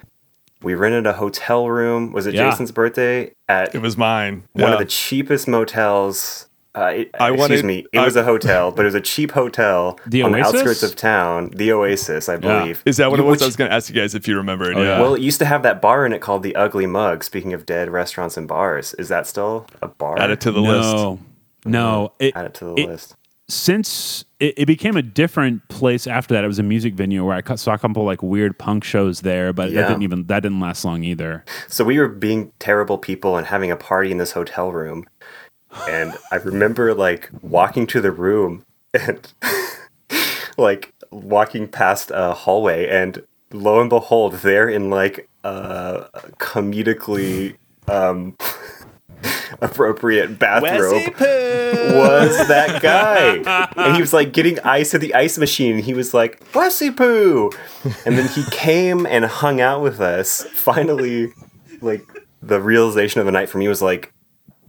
D: we rented a hotel room. Was it
A: Yeah.
D: Jason's birthday at
C: It was mine.
D: one
C: Yeah.
D: of the cheapest motels. Uh, it,
C: I
D: excuse
C: wanted-
D: me. It
C: I-
D: was a hotel, but it was a cheap hotel
A: The
D: on
A: Oasis?
D: the outskirts of town. The Oasis, I believe.
C: Is that what it
D: You-
C: was? I
D: which- Oh,
C: was going to ask you guys if you remember it. yeah.
D: Well, it used to have that bar in it called the Ugly Mug. Speaking of dead restaurants and bars, is that still a bar?
C: Add it to the list.
A: no, no. It,
D: Add it to the
A: it-
D: list.
A: since it, it became a different place after that, it was a music venue where I cu- saw a couple like weird punk shows there, but that
D: Yeah.
A: didn't even that didn't last long either.
D: So we were being terrible people and having a party in this hotel room. And I remember like walking to the room and like walking past a hallway and lo and behold, there in like a comedically um appropriate bathrobe was that guy. and he was like getting ice at the ice machine. And he was like, Blessy Poo. And then he came and hung out with us. Finally, like the realization of the night for me was like,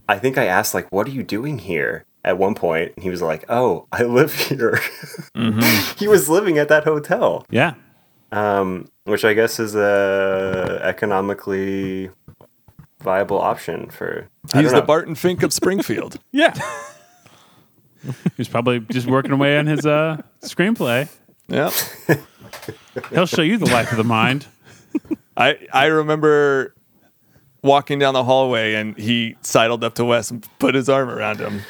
D: I think I asked, like, what are you doing here? At one point, and he was like, "Oh, I live here." he was living at that hotel,
A: Yeah,
D: um, which I guess is a economically viable option for. I
C: He's
D: don't
C: the
D: know.
C: Barton Fink of Springfield.
B: yeah.
A: he's probably just working away on his uh, screenplay.
C: yeah.
A: He'll show you the life of the mind.
C: I, I remember walking down the hallway and he sidled up to Wes and put his arm around him.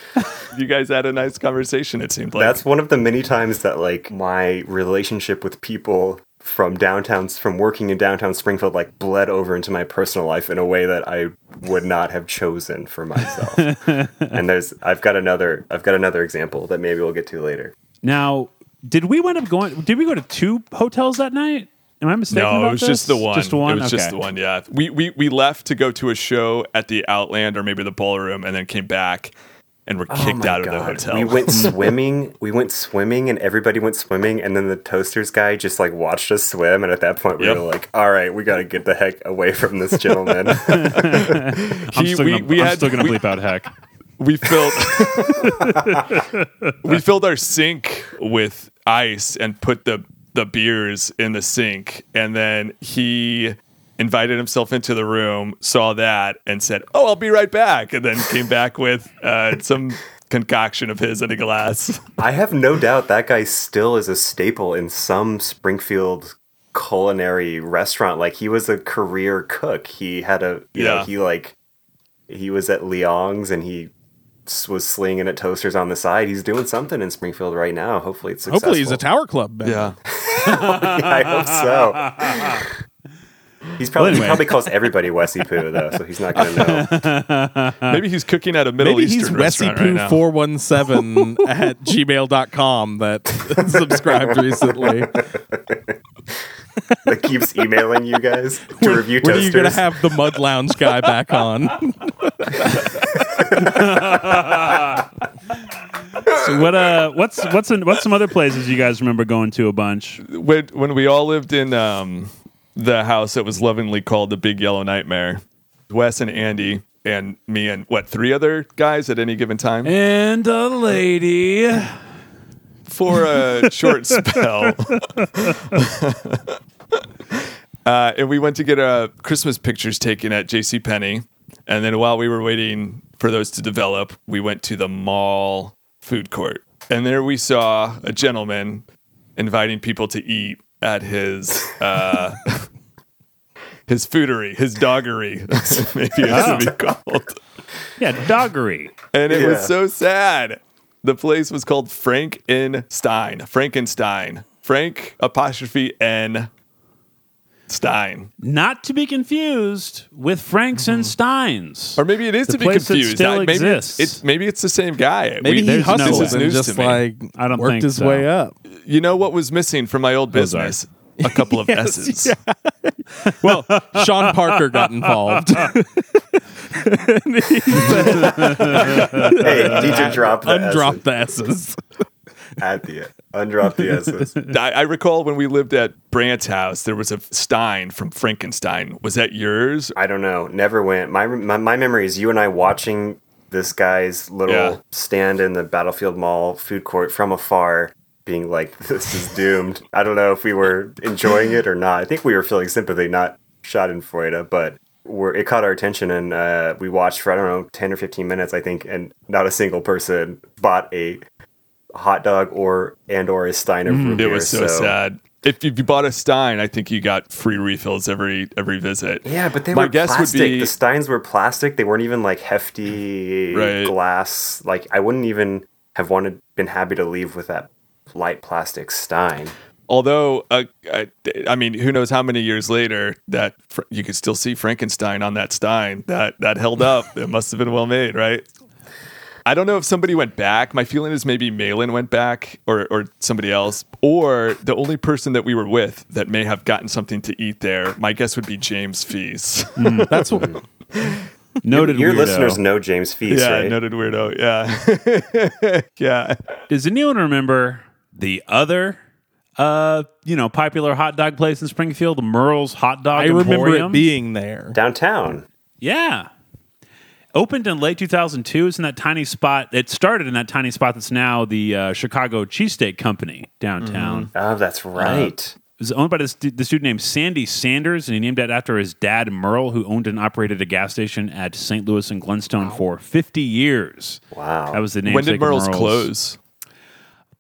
C: you guys had a nice conversation, it seemed like.
D: That's one of the many times that like my relationship with people from downtown from working in downtown Springfield like bled over into my personal life in a way that I would not have chosen for myself. and there's I've got another I've got another example that maybe we'll get to later.
A: Now, did we end up going? Did we go to two hotels that night? Am I mistaken?
C: No,
A: about
C: it was
A: this?
C: just the one.
A: Just one.
C: It was just
A: Okay.
C: the one. Yeah, we, we we left to go to a show at the Outland or maybe the Ballroom, and then came back and were kicked
D: Oh my
C: out of the
D: God.
C: hotel.
D: We went swimming. We went swimming, and everybody went swimming. And then the toasters guy just like watched us swim. And at that point, we
C: Yep.
D: were like, "All right, we got to get the heck away from this gentleman."
A: I'm
C: He-
A: still
C: we-
A: gonna,
C: we
A: I'm
C: had-
A: still gonna
C: we-
A: bleep out heck.
C: we filled we filled our sink with ice and put the the beers in the sink, and then he invited himself into the room, saw that, and said, "Oh, I'll be right back," and then came back with uh, some concoction of his in a glass.
D: I have no doubt that guy still is a staple in some Springfield culinary restaurant. Like he was a career cook. He had a you know
C: Yeah.
D: he like he was at Leong's and he s- was slinging at toasters on the side. He's doing something in Springfield right now. Hopefully it's successful.
B: Hopefully, he's a Tower Club man.
D: I hope so. He's probably
A: Well, anyway.
D: he probably calls everybody Wessie Poo though, so he's not gonna know.
C: Maybe he's cooking at a Middle
B: Maybe he's
C: Eastern restaurant right now.
B: WessyPoo417 at gmail.com that subscribed recently.
D: That keeps emailing you guys to review
B: When are you going to
D: toasters.
B: have the Mud Lounge guy back on?
A: So what uh what's what's in, what's some other places you guys remember going to a bunch?
C: when when we all lived in um, the house that was lovingly called the Big Yellow Nightmare, Wes and Andy and me and what three other guys at any given time
A: And a lady.
C: for a short spell. uh, and we went to get uh, Christmas pictures taken at J.C. Penney, and then while we were waiting for those to develop, we went to the mall food court, and there we saw a gentleman inviting people to eat at his. Uh, His foodery, his doggery, maybe it should be called
A: Yeah, doggery.
C: and it
D: Yeah.
C: was so sad. The place was called Frankenstein. Frankenstein. Frank apostrophe N Stein.
A: Not to be confused with Franks and Steins.
C: Or maybe it is
A: The
C: to be
A: place that
C: confused.
A: still
C: maybe
A: exists.
C: It's, it's maybe it's the same guy.
B: Maybe
C: We-
B: he
A: there's no
B: hustles
A: way.
B: and
C: News to
B: just
C: me.
B: like
A: I don't
B: worked
A: think
B: his
A: so.
B: way up.
C: you know what was missing from my old
A: Those are-
C: business? A couple of S's.
B: Well, Sean Parker got involved.
D: hey, DJ drop the
B: Undrop
D: S's
B: the S's.
D: at the e, undrop the S's.
C: I, I recall when we lived at Brandt's house, there was a Stein from Frankenstein. Was that yours?
D: I don't know. Never went. My my, my memory is you and I watching this guy's little
C: Yeah.
D: stand in the battlefield mall food court from afar, being like, "This is doomed." I don't know if we were enjoying it or not. I think we were feeling sympathy, not Schadenfreude, but we're, it caught our attention, and uh, we watched for I don't know ten or fifteen minutes, I think, and not a single person bought a hot dog or and or a stein of root
C: Mm, It
D: beer,
C: was so, sad. If, if you bought a Stein, I think you got free refills every every visit.
D: Yeah, but they
C: My
D: were
C: guess would
D: plastic.
C: be-
D: the steins were plastic. They weren't even like hefty
C: Right.
D: glass. Like I wouldn't even have wanted been happy to leave with that light plastic stein.
C: Although, uh, I, I mean, who knows how many years later that fr- you could still see Frankenstein on that Stein that that held up. it must have been well made, right? I don't know if somebody went back. My feeling is maybe Malin went back, or or somebody else, or the only person that we were with that may have gotten something to eat there. My guess would be James Fees.
B: That's what.
A: Noted
D: Your
A: weirdo.
D: listeners know James Feast,
C: yeah,
D: right?
C: noted weirdo. Yeah, yeah.
A: Does anyone remember the other uh, you know, popular hot dog place in Springfield, Merle's Hot Dog
B: I remember
A: Emporium?
B: it being there.
D: Downtown.
A: Yeah. Opened in late 2002. It's in that tiny spot. It started in that tiny spot that's now the uh, Chicago Cheesesteak Company downtown.
D: Oh,
A: Uh,
D: that's right.
A: It was owned by this, du- this dude named Sandy Sanders, and he named it after his dad, Merle, who owned and operated a gas station at St. Louis and Glenstone for 50 years.
D: wow.
A: That was the name.
C: When did Merle's close?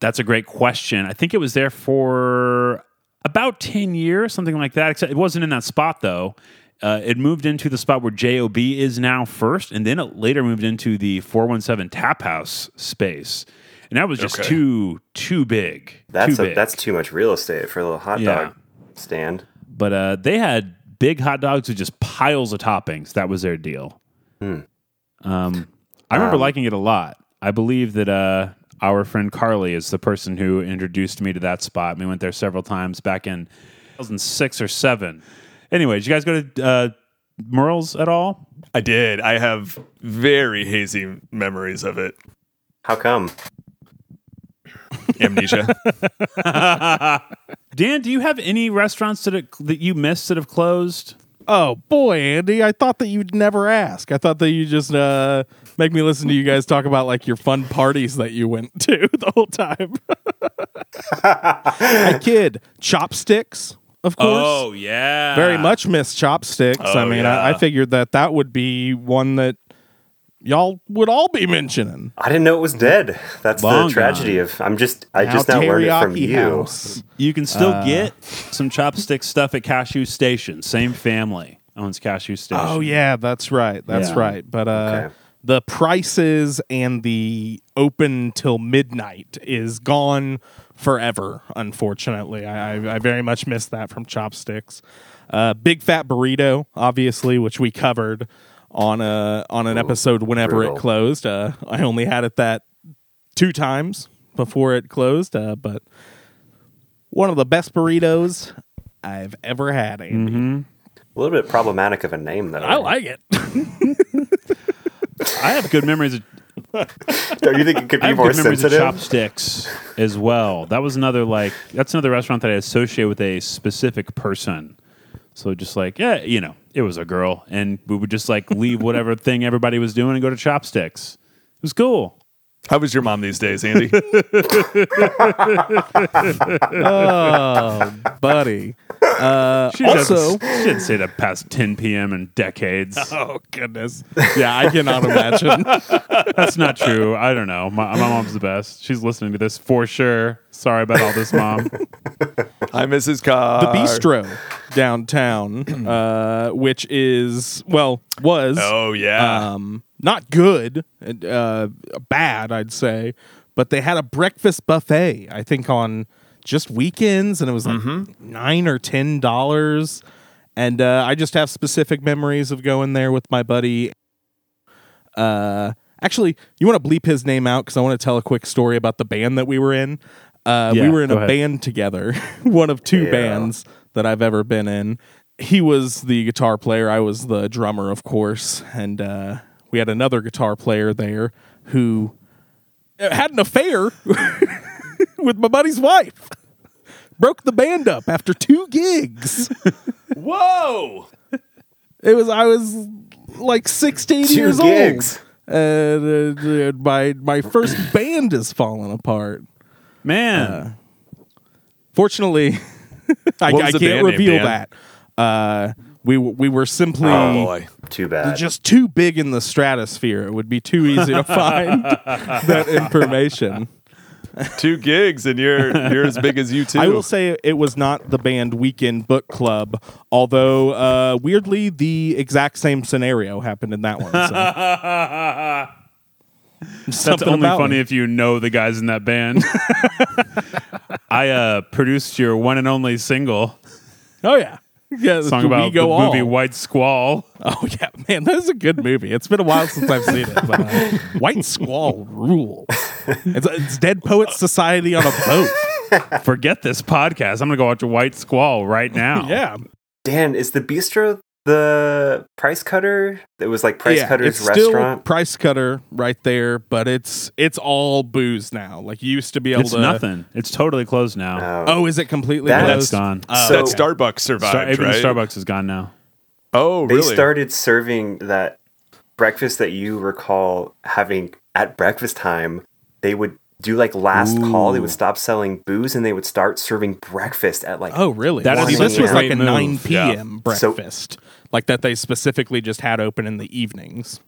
A: That's a great question. I think it was there for about 10 years, something like that. Except it wasn't in that spot, though. Uh, it moved into the spot where JOB is now first, and then it later moved into the 417 Tap House space. And that was just
C: Okay.
A: too, too big.
D: that's
A: too
D: a,
A: big.
D: that's too much real estate for a little hot
A: Yeah.
D: dog stand.
A: But uh, they had big hot dogs with just piles of toppings. That was their deal. Um, I remember liking it a lot. I believe that uh, our friend Carly is the person who introduced me to that spot. We went there several times back in 2006 or seven. Anyways, you guys go to uh, Merle's at all?
C: I did. I have very hazy memories of it.
D: How come?
C: Amnesia.
A: Dan, do you have any restaurants that, it, that you missed that have closed?
B: Oh boy, Andy! I thought that you'd never ask. I thought that you just uh, make me listen to you guys talk about like your fun parties that you went to the whole time. I kid. Chopsticks. of course.
A: Oh yeah,
B: Very much miss chopsticks. I
C: Oh,
B: mean, I, I
C: yeah.
B: figured that that would be one that y'all would all be mentioning.
D: I didn't know it was dead. That's
A: Mm-hmm. Long
D: the tragedy
A: gone.
D: of. I'm just. I just now
B: Now
D: learned it from
B: Teriyaki
D: you.
B: House.
A: You can still get some chopstick stuff at Cashew Station. Same family owns Cashew Station.
B: Oh yeah, that's right. That's
A: Yeah.
B: right. But uh
D: Okay.
B: the prices and the open till midnight is gone forever, unfortunately. I, I, I very much missed that from Chopsticks. Uh, Big Fat Burrito, obviously, which we covered on a on an episode whenever
D: brutal.
B: it closed. Uh, I only had it that two times before it closed, uh, but one of the best burritos I've ever had. Andy.
D: A little bit problematic of a name though.
B: it.
A: I have good memories. Of,
D: Don't you think it could
A: I
D: be
A: have
D: more
A: good memories of
D: sensitive?
A: chopsticks as well. That was another like that's another restaurant that I associate with a specific person. So just like yeah, you know, it was a girl, and we would just like leave whatever thing everybody was doing and go to chopsticks. It was cool.
C: How was your mom these days, Andy?
B: oh, buddy.
D: Uh,
A: She
B: also-
A: doesn't, she didn't say that past 10 p.m. in decades.
B: Oh goodness. Yeah, I cannot imagine.
A: That's not true. I don't know. My, my mom's the best. She's listening to this for sure. Sorry about all this, mom.
C: Hi, Mrs. Carr.
B: the bistro downtown, uh, which is well was
C: Oh yeah.
B: um, not good, uh, bad I'd say, but they had a breakfast buffet. I think on just weekends, and it was like
A: Mm-hmm.
B: nine or ten dollars. And uh, I just have specific memories of going there with my buddy uh actually you want to bleep his name out because i want to tell a quick story about the band that we were in uh
A: Yeah,
B: we were in a
A: go ahead.
B: band together one of two
D: Yeah.
B: bands that i've ever been in he was the guitar player i was the drummer of course and uh we had another guitar player there who had an affair with my buddy's wife broke the band up after two gigs
C: Whoa.
B: it was I was like 16
D: Two
B: years
D: gigs.
B: old, and uh, dude, my my first band is falling apart.
A: Man,
B: Fortunately, I,
C: What was the
B: I can't
C: band name,
B: reveal
C: Dan?
B: that. Uh, we w- we were simply
C: Oh
D: Uh,
C: boy.
D: Too bad.
B: just too big in the stratosphere. It would be too easy to find that information.
C: Two gigs and you're you're as big as you too.
B: Uh, I will say it was not the band Weekend Book Club, although uh, weirdly the exact same scenario happened in that one.
A: that's
B: So. Something
A: only
B: about
A: funny
B: me.
A: if you know the guys in that band. I uh, produced your one and only single
B: Oh yeah, yeah. the-
A: song
B: we
A: about
B: go
A: the
B: all.
A: movie White Squall.
B: Oh yeah, man, that is a good movie. It's been a while since I've seen it. But, uh, White Squall rule. It's, it's Dead Poets Society on a boat.
A: Forget this podcast. I'm going to go watch White Squall right now.
B: Yeah,
D: Dan, is the bistro the price cutter? It was like price
B: yeah.
D: cutters
B: it's still
D: restaurant.
B: Price Cutter right there, but it's it's all booze now. Like you used to be able
A: It's
B: to
A: nothing. It's totally closed now.
D: Oh.
B: Oh, is it completely
D: uh, That-
A: That's
B: closed?
A: gone.
B: Oh,
C: that
B: okay.
C: Starbucks survived,
A: Star- even
C: right?
A: Starbucks is gone now.
C: Oh,
D: they
C: really?
D: started serving that breakfast that you recall having at breakfast time. They would do like last call. They would stop selling booze and they would start serving breakfast at like
B: Oh, really?
A: That
B: Well,
D: is
B: see, this
D: even
B: was
D: a
B: like a
A: great move.
B: 9
A: Yeah.
B: p.m. breakfast, like that they specifically just had open in the evenings.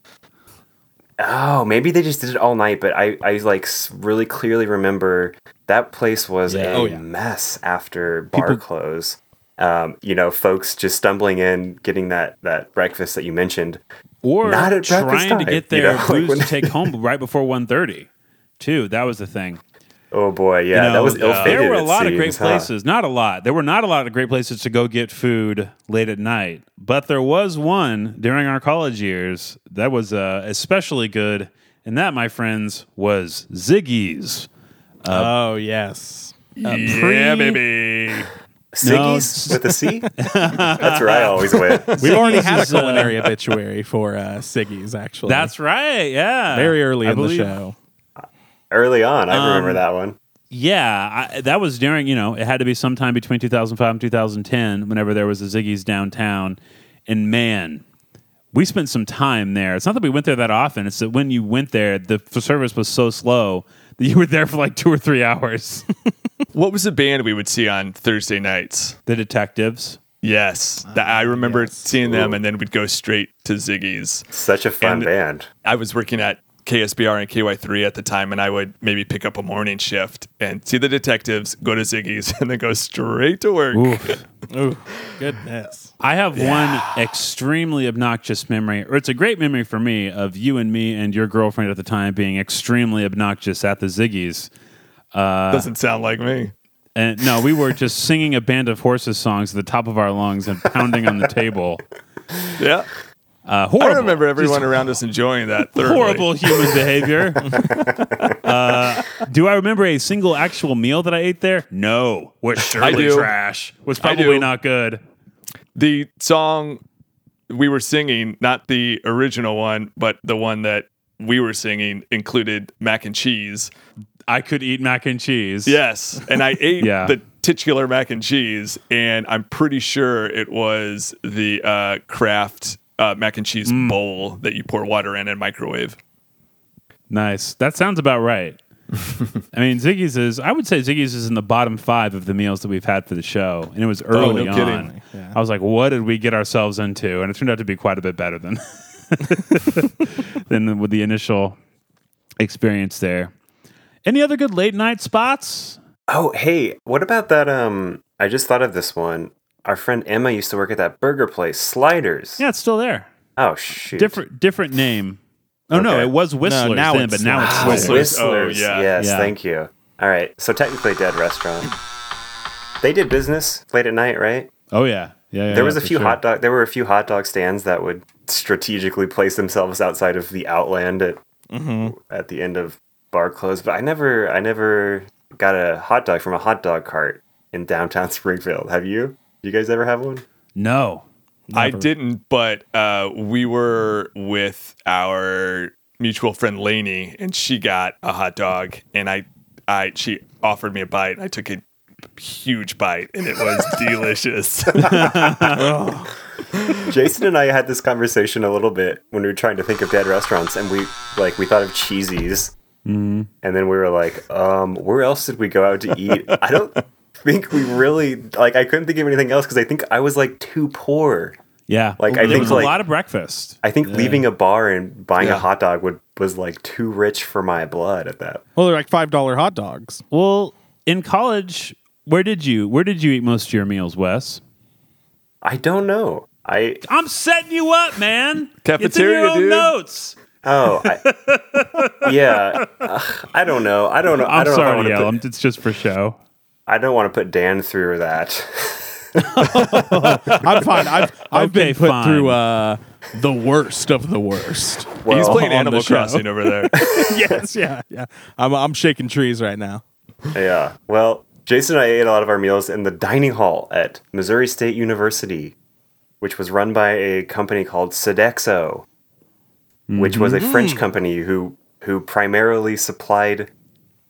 D: Oh, maybe they just did it all night, but I, I like s- really clearly remember that place was a
B: Oh, yeah.
D: mess after bar close. Um, you know, folks just stumbling in, getting that that breakfast that you mentioned.
A: or
D: Not at breakfast
A: trying to
D: time,
A: get
D: you
A: their
D: know, like
A: booze
D: when-
A: to take home right before 1.30 too that was the thing
D: Oh boy, yeah,
A: know, uh,
D: that was ill
C: uh,
D: fated.
A: there were a lot of great places not a lot there were not a lot of great places to go get food late at night but there was one during our college years that was uh, especially good and that my friends was ziggy's
B: oh yes.
C: yeah, baby.
D: Siggy's
A: No.
D: with a C. That's where I always went.
B: We've already
A: Siggy's
B: had a
A: is, uh,
B: culinary obituary for uh, Siggy's, actually.
A: that's right yeah
B: very early
A: I
B: in
A: believe-
B: the show.
D: Early on,
A: Um,
D: I remember that one.
A: Yeah, I, that was during, you know, it had to be sometime between 2005 and 2010 whenever there was a Ziggy's downtown. And man, we spent some time there. It's not that we went there that often, it's that when you went there, the f- service was so slow that you were there for like two or three hours.
C: what was the band we would see on Thursday nights?
A: The detectives.
C: Yes, that,
B: Ah,
C: I remember seeing them, and then we'd go straight to Ziggy's.
D: Such a fun
C: And-
D: band.
C: I was working at KSBR and KY3 at the time, and I would maybe pick up a morning shift and see the detectives, go to Ziggy's, and then go straight to work.
B: Ooh, goodness.
A: I have one extremely obnoxious memory, or it's a great memory for me of you and me and your girlfriend at the time being extremely obnoxious at the Ziggy's.
C: Doesn't sound like me.
A: And no, we were just singing a band of horses songs at the top of our lungs and pounding on the table.
C: Yeah.
A: Uh, horrible.
C: I remember everyone around us enjoying that. Thoroughly.
A: horrible human behavior. uh, do I remember a single actual meal that I ate there? No. Was surely
C: do.
A: trash. Was
C: I do.
A: probably not good.
C: The song we were singing, not the original one, but the one that we were singing included mac and cheese.
A: I could eat mac and cheese.
C: Yes. And I ate
A: Yeah.
C: the titular mac and cheese, and I'm pretty sure it was the uh, Kraft uh, mac and cheese
A: Mm.
C: bowl that you pour water in and microwave.
A: Nice. That sounds about right. I mean, Ziggy's is, I would say Ziggy's is in the bottom five of the meals that we've had for the show. And it
D: Oh,
A: was early
C: no
A: on.
C: kidding.
A: I was like, what did we get ourselves into? And it turned out to be quite a bit better than, than with the initial experience there. Any other good late night spots?
D: Oh, hey, what about that? Um, I just thought of this one. Our friend Emma used to work at that burger place, Sliders.
A: Yeah, it's still there.
D: Oh shoot.
A: Different different name. Oh no,
D: Okay.
A: it was Whistlers
B: now
A: then,
B: it's
A: but now
D: Ah,
A: it's Sliders.
C: Whistlers.
D: Whistlers.
C: Oh, yeah.
D: Yes,
A: Yeah.
D: thank you. All right. So technically dead restaurant. They did business late at night, right?
A: Oh yeah, yeah. yeah
D: There was
A: yeah,
D: a
A: for
D: few
A: sure.
D: hot dog there were a few hot dog stands that would strategically place themselves outside of the outland at
A: Mm-hmm.
D: at the end of bar close, but I never I never got a hot dog from a hot dog cart in downtown Springfield. Have you? You guys ever have one?
A: No,
C: I didn't, but uh, we were with our mutual friend Lainey, and she got a hot dog, and I, I she offered me a bite. I took a huge bite, and it was delicious.
D: Jason and I had this conversation a little bit when we were trying to think of dead restaurants, and we like we thought of cheesies,
A: Mm-hmm.
D: and then we were like, um, where else did we go out to eat? I don't think we really like. I couldn't think of anything else because I think I was like too poor.
A: yeah.
D: Like, I
A: there
D: think,
A: was
D: like-
A: a lot of breakfast.
D: I think leaving a bar and buying
C: Yeah.
D: a hot dog would was like too rich for my blood at that.
B: Well, they're like five dollar hot dogs.
A: Well, in college, where did you where did you eat most of your meals, Wes?
D: I don't know. I
A: I'm setting you up, man. it's in
C: Cafeteria,
A: your own
C: dude.
A: notes.
D: oh I, yeah. Ugh, I don't know. I don't know. I
A: I'm
D: don't know if I
A: sorry,
D: wanna
A: Yell.
D: put-
A: I'm- It's just for show.
D: I don't want to put Dan through that.
B: I'm fine. I've I've
A: Okay,
B: been put
A: fine.
B: through uh, the worst of the worst.
C: He's
D: Well,
C: playing
B: on
C: Animal
B: the show.
C: Crossing over there.
B: yes, yeah, yeah. I'm I'm shaking trees right now.
D: Yeah. Well, Jason and I ate a lot of our meals in the dining hall at Missouri State University, which was run by a company called Sodexo, which was a French company who who primarily supplied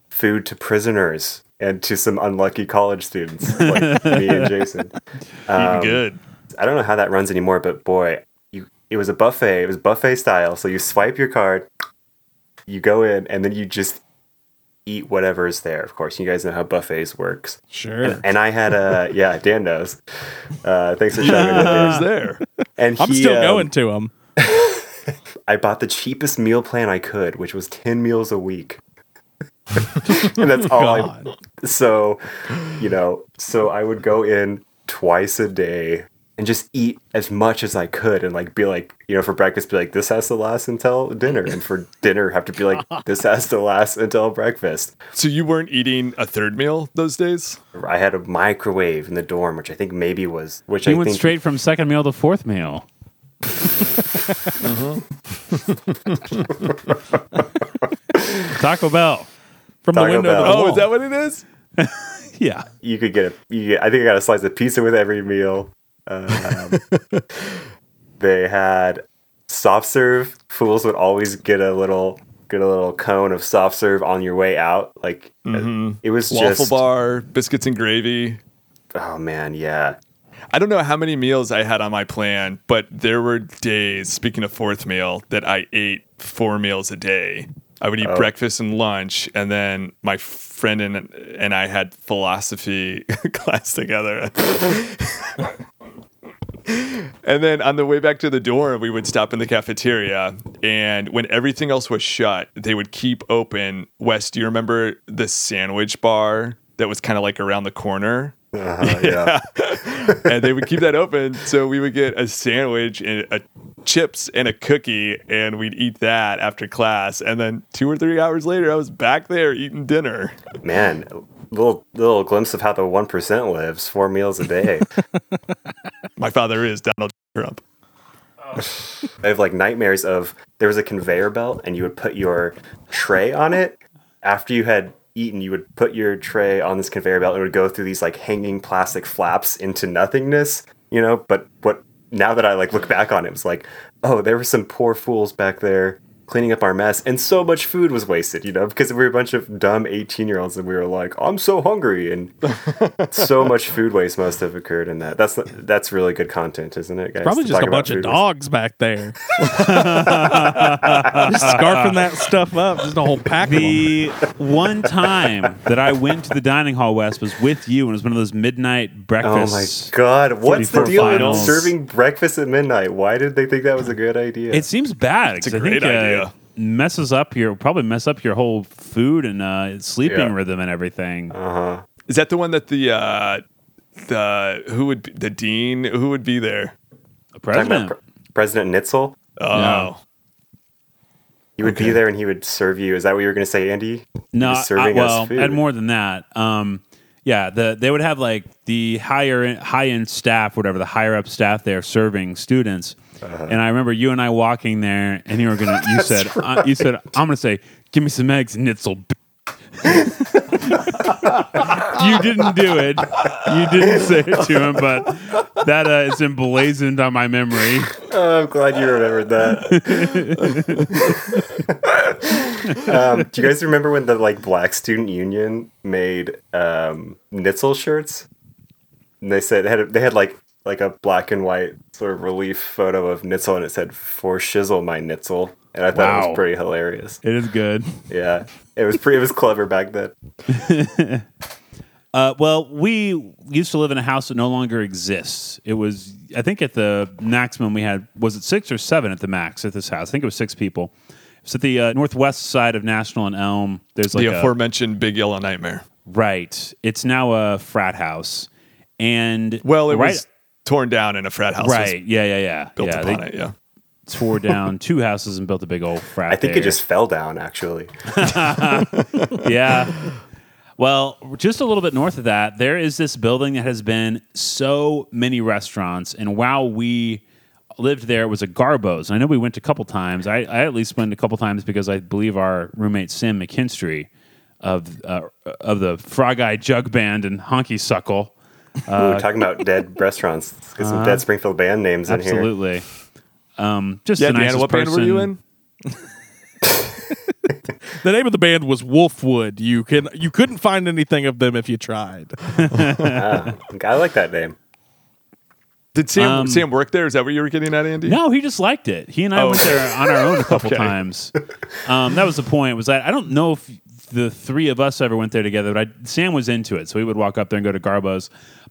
D: food to prisoners and to some unlucky college students like me and Jason.
C: Eating good.
D: I don't know how that runs anymore, but boy, you it was a buffet. It was buffet style. So you swipe your card, you go in, and then you just eat whatever's there. Of course, you guys know how buffets works.
B: Sure.
D: And I had a yeah, Dan knows. Uh, thanks for chiming in.
C: I
D: Dan.
C: was there.
D: And
B: I'm
D: he,
B: still
D: um,
B: going to them.
D: I bought the cheapest meal plan I could, which was ten meals a week. and that's all
B: God.
D: I so you know, so I would go in twice a day and just eat as much as I could and like be like, you know, for breakfast be like, this has to last until dinner. And for dinner have to be like, this has to last until breakfast.
C: So you weren't eating a third meal those days?
D: I had a microwave in the dorm, which I think maybe was which
A: He
D: I
A: went
D: think
A: straight from second meal to fourth meal.
D: Mm-hmm.
A: Taco Bell.
B: From the
D: Taco
B: window. To
D: Bell.
B: the
C: Oh,
B: wall.
C: is that what it is?
A: Yeah.
D: you could get a you get, I think I got a slice of pizza with every meal. Um, they had soft serve. Fools would always get a little get a little cone of soft serve on your way out. Like it was
C: Mm-hmm. Waffle
D: just
C: bar, biscuits and gravy.
D: oh man, yeah.
C: I don't know how many meals I had on my plan, but there were days, speaking of fourth meal, that I ate four meals a day. I would eat breakfast and lunch, and then my friend and and I had philosophy class together. and then on the way back to the dorm, we would stop in the cafeteria, and when everything else was shut, they would keep open. Wes, do you remember the sandwich bar that was kind of like around the corner?
D: Uh, yeah.
C: and they would keep that open. So we would get a sandwich and a chips and a cookie, and we'd eat that after class. And then two or three hours later, I was back there eating dinner.
D: Man, little little glimpse of how the one percent lives, four meals a day.
C: My father is Donald Trump.
D: I have like nightmares of there was a conveyor belt and you would put your tray on it. After you had eaten, you would put your tray on this conveyor belt and it would go through these like hanging plastic flaps into nothingness, you know? But what now that I like look back on it, it was like, oh, there were some poor fools back there cleaning up our mess and so much food was wasted, you know, because we were a bunch of dumb 18 year olds and we were like, I'm so hungry and so much food waste must have occurred in that. That's that's really good content, isn't it, guys?
B: Probably
D: To
B: just
D: talk
B: a
D: about
B: bunch of
D: food waste.
B: dogs back there. just scarfing that stuff up. Just a whole pack of them.
A: The one time that I went to the dining hall west was with you, and it was one of those midnight
D: Oh my
A: breakfasts.
D: god, what's the
A: before
D: deal
A: finals.
D: with serving breakfast at midnight? Why did they think that was a good idea?
A: It seems bad. It's
C: a great idea.
A: uh, messes up your probably mess up your whole food and uh, sleeping
D: Yeah.
A: rhythm and everything.
C: Is that the one that the uh, the who would be, the dean who would be there?
A: The
D: Talking about
A: president.
D: Pre- President Nitzel?
C: Oh,
A: No.
D: He would be there and he would serve you. Is that what you were going to say, Andy?
A: no,
D: He
A: I-
D: was serving us
A: well,
D: food.
A: and more than that. Um, yeah, the they would have like the higher high end staff, whatever the higher up staff there serving students. And I remember you and I walking there, and you were gonna. You said, uh, "You said I'm gonna say, give me some eggs, Nitzel." b-" you didn't do it. You didn't say it to him, but that uh, is emblazoned on my memory.
D: Oh, I'm glad you remembered that. um, do you guys remember when the like Black Student Union made um, Nitzel shirts? And they said they had, they had like like a black and white sort of relief photo of Nitzel, and it said "For shizzle, my Nitzel," and I thought it
A: Wow.
D: was pretty hilarious.
A: It is good.
D: Yeah, it was pretty. It was clever back then.
A: Uh, well, we used to live in a house that no longer exists. It was, I think, at the maximum we had was it six or seven at the max at this house. I think it was six people. It's at the uh, northwest side of National and Elm. There's like
C: the
A: a-
C: aforementioned Big Yellow Nightmare.
A: right. It's now a frat house, and
C: Well, it
A: right,
C: was torn down in a frat house. It was
A: right. Yeah, yeah, yeah.
C: built
A: yeah,
C: upon
A: they
C: it. Yeah.
A: tore down two houses and built a big old frat.
D: I think
A: there.
D: it just fell down. Actually,
A: yeah. Well, just a little bit north of that, there is this building that has been so many restaurants. And while we lived there, it was a Garbo's. And I know we went a couple times. I, I at least went a couple times because I believe our roommate Sam McKinstry of uh, of the Frog Eye Jug Band and Honky Suckle.
D: we
A: Uh,
D: were talking about dead restaurants. Let's get some dead Springfield band names in here.
A: Absolutely. Um, just
C: Yeah, Deanna,
A: the nicest
C: what band
A: person.
C: were you in?
B: The name of the band was Wolfwood. You can you couldn't find anything of them if you tried.
D: I like that name.
C: Did Sam Sam work there? Is that what you were getting at, Andy?
A: Um, No, he just liked it. He and I
C: Oh,
A: went there on our own a couple times. Um, that was the point. Was that I don't know if the three of us ever went there together, but I, Sam was into it, so we would walk up there and go to Garbo's.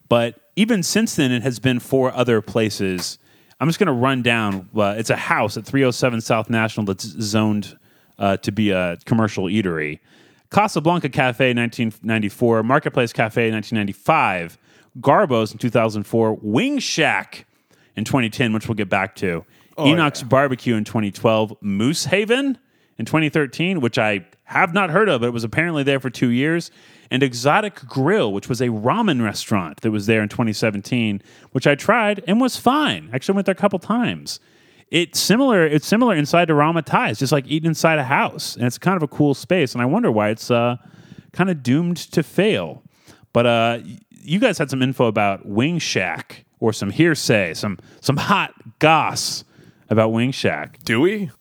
A: But even since then, it has been four other places. I'm just going to run down. Uh, it's a house at 307 South National that's zoned uh, to be a commercial eatery. Casablanca Cafe, 1994. Marketplace Cafe, 1995. Garbo's in 2004. Wing Shack in 2010, which we'll get back to. Enoch's Barbecue in 2012. Moose Haven in 2013, which I have not heard of. It was apparently there for two years. And Exotic Grill, which was a ramen restaurant that was there in 2017, which I tried and was fine. Actually, went there a couple times. It's similar. It's similar inside to Rama Thai. It's just like eating inside a house, and it's kind of a cool space. And I wonder why it's uh, kind of doomed to fail. But uh, y- you guys had some info about Wing Shack or some hearsay, some some hot goss about Wing Shack.
C: Do we?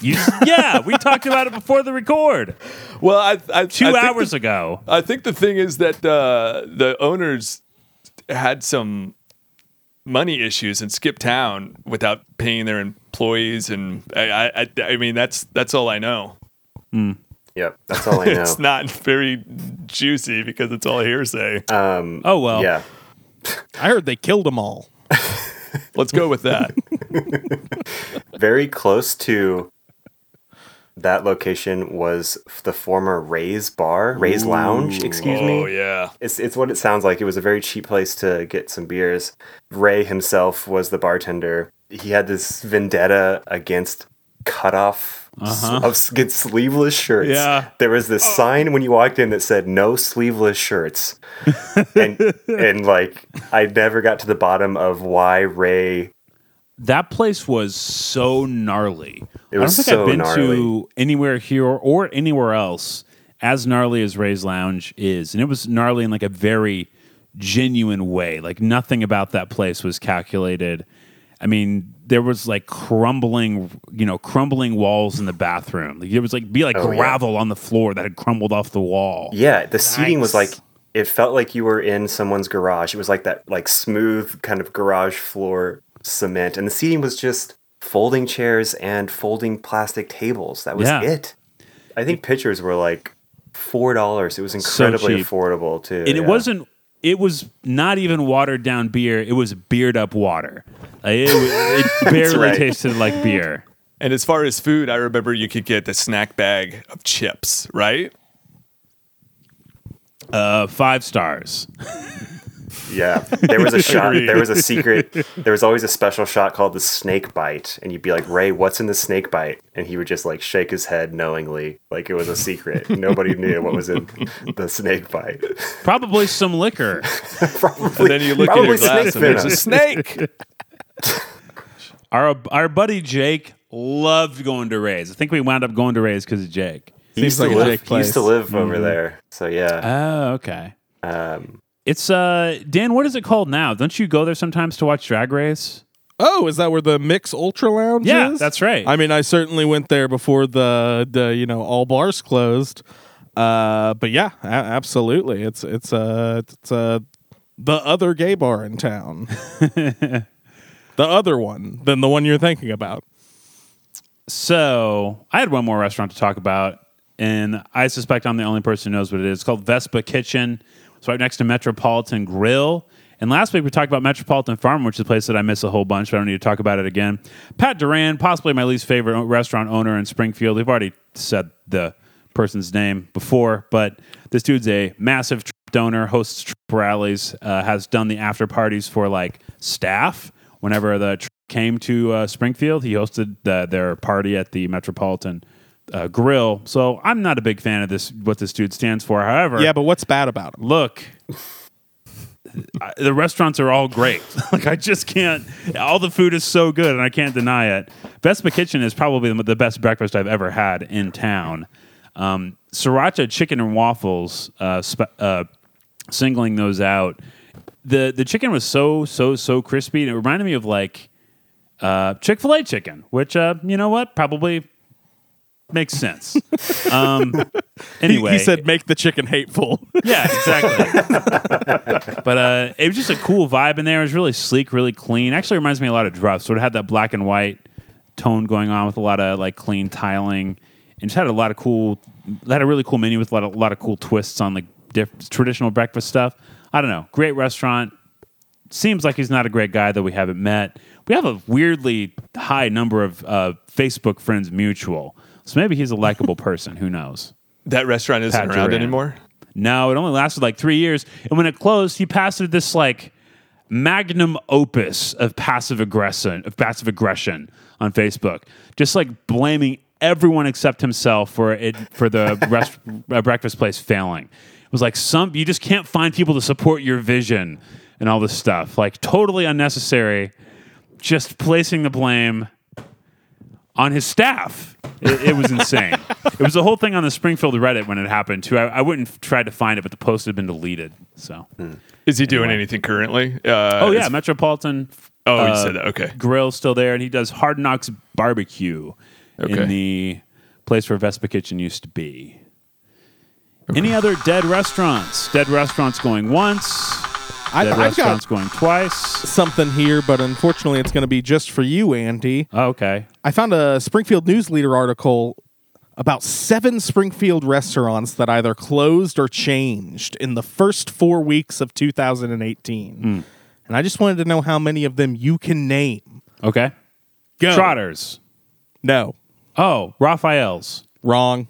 A: You, yeah, we talked about it before the record
C: Well, I, I
A: two hours ago.
C: I think the thing is that uh, the owners had some money issues and skipped town without paying their employees, and I, I, I- I mean that's that's all I know.
D: Yep, that's all I know.
C: It's not very juicy because it's all hearsay.
B: Oh well.
D: yeah,
B: I heard they killed them all.
C: Let's go with that.
D: very close to that location was the former Ray's Bar, Ray's Lounge. Excuse me.
C: oh yeah.
D: It's, it's what it sounds like. It was a very cheap place to get some beers. Ray himself was the bartender. He had this vendetta against cutoff s- of s- get sleeveless shirts.
A: Yeah.
D: There was this sign when you walked in that said no sleeveless shirts. and and like I never got to the bottom of why Ray
A: That place was so gnarly. I don't
D: was
A: think
D: so
A: I've been
D: gnarly.
A: to anywhere here or anywhere else as gnarly as Ray's Lounge is. And it was gnarly in like a very genuine way. Like nothing about that place was calculated. I mean, there was like crumbling, you know, crumbling walls in the bathroom. Like there was like be like
D: Oh, yeah.
A: gravel on the floor that had crumbled off the wall.
D: Yeah, the seating was like
A: Nice.
D: it felt like you were in someone's garage. It was like that like smooth kind of garage floor cement and the seating was just folding chairs and folding plastic tables. That was
A: Yeah.
D: it. I think pitchers were like $4. It was incredibly
A: cheap.
D: affordable too.
A: and it
D: yeah.
A: wasn't it was not even watered down beer it was beered up water Like, it, it barely
D: right.
A: tasted like beer
C: And as far as food, I remember you could get the snack bag of chips, right?
A: uh, five stars
D: Yeah. There was a shot,
C: Agreed.
D: there was a secret. There was always a special shot called the snake bite and you'd be like, "Ray, what's in the snake bite?" and he would just like shake his head knowingly like it was a secret. Nobody knew what was in the snake bite.
A: probably some liquor
C: And then you look at your
D: Probably
C: glass
D: snake
C: and there's
D: venom.
C: a snake.
A: our, our buddy jake loved going to ray's i think we wound up going to ray's because of jake
B: Seems
D: used
B: like
D: to
B: a
D: live,
B: Jake
D: he
B: place.
D: used to live over there. So yeah,
A: oh okay
D: um,
A: it's uh dan what is it called now don't you go there sometimes to watch drag race
B: Oh, is that where the Mix Ultra Lounge
A: Yeah,
B: is?
A: that's right.
B: I mean, I certainly went there before the the you know all bars closed. Uh, but yeah, a- absolutely. It's it's uh, it's uh, the other gay bar in town. the other one than the one you're thinking about.
A: So I had one more restaurant to talk about, and I suspect I'm the only person who knows what it is. It's called Vespa Kitchen. It's right next to Metropolitan Grill. And last week we talked about Metropolitan Farm, which is a place that I miss a whole bunch, but I don't need to talk about it again. Pat Duran, possibly my least favorite o- restaurant owner in Springfield. We've already said the person's name before, but this dude's a massive Trump donor, hosts Trump rallies, uh, has done the after parties for like staff whenever the tr- came to uh, Springfield, he hosted the, their party at the Metropolitan uh, Grill. So I'm not a big fan of this. What this dude stands for, however,
B: Yeah, but what's bad about them?
A: look. I- The restaurants are all great. Like I just can't. All the food is so good, and I can't deny it. Vespa Kitchen is probably the best breakfast I've ever had in town. Um, sriracha chicken and waffles, uh, sp- uh, singling those out. the The chicken was so so so crispy, and it reminded me of like uh, Chick Fil A chicken, which uh, you know what probably makes sense. um, anyway,
B: he said, "Make the chicken hateful."
A: yeah, exactly. but uh, it was just a cool vibe in there. It was really sleek, really clean. Actually, reminds me a lot of Druff. Sort of had that black and white tone going on with a lot of like clean tiling, and just had a lot of cool. Had a really cool menu with a lot of, lot of cool twists on like diff- traditional breakfast stuff. I don't know. Great restaurant. Seems like he's not a great guy that we haven't met. We have a weirdly high number of uh, Facebook friends mutual, so maybe he's a likable person. Who knows?
C: That restaurant isn't
A: Pat
C: around
A: Duran.
C: anymore.
A: No, it only lasted like three years. And when it closed, he passed it this like magnum opus of passive aggression of passive aggression on Facebook, just like blaming everyone except himself for it for the rest, uh, breakfast place failing. It was like some you just can't find people to support your vision and all this stuff. Like totally unnecessary. Just placing the blame on his staff. It, it was insane. it was a whole thing on the Springfield Reddit when it happened too. I, I wouldn't f- tried to find it, but the post had been deleted. So,
C: Is he doing anything currently? Uh,
A: oh yeah,
C: is-
A: Metropolitan
C: Oh, you
A: uh,
C: said that. Okay.
A: Grill still there, and he does Hard Knocks Barbecue
C: Okay.
A: in the place where Vespa Kitchen used to be. Any other dead restaurants? Dead restaurants going once.
B: I,
A: Dead
B: I've
A: restaurants
B: got
A: going twice.
B: something here, but unfortunately, it's going to be just for you, Andy.
A: Oh, okay.
B: I found a Springfield News Leader article about seven Springfield restaurants that either closed or changed in the first four weeks of 2018.
A: Hmm.
B: And I just wanted to know how many of them you can name.
A: Okay.
B: Go.
A: Trotters.
B: No.
A: Oh, Raphael's.
B: Wrong.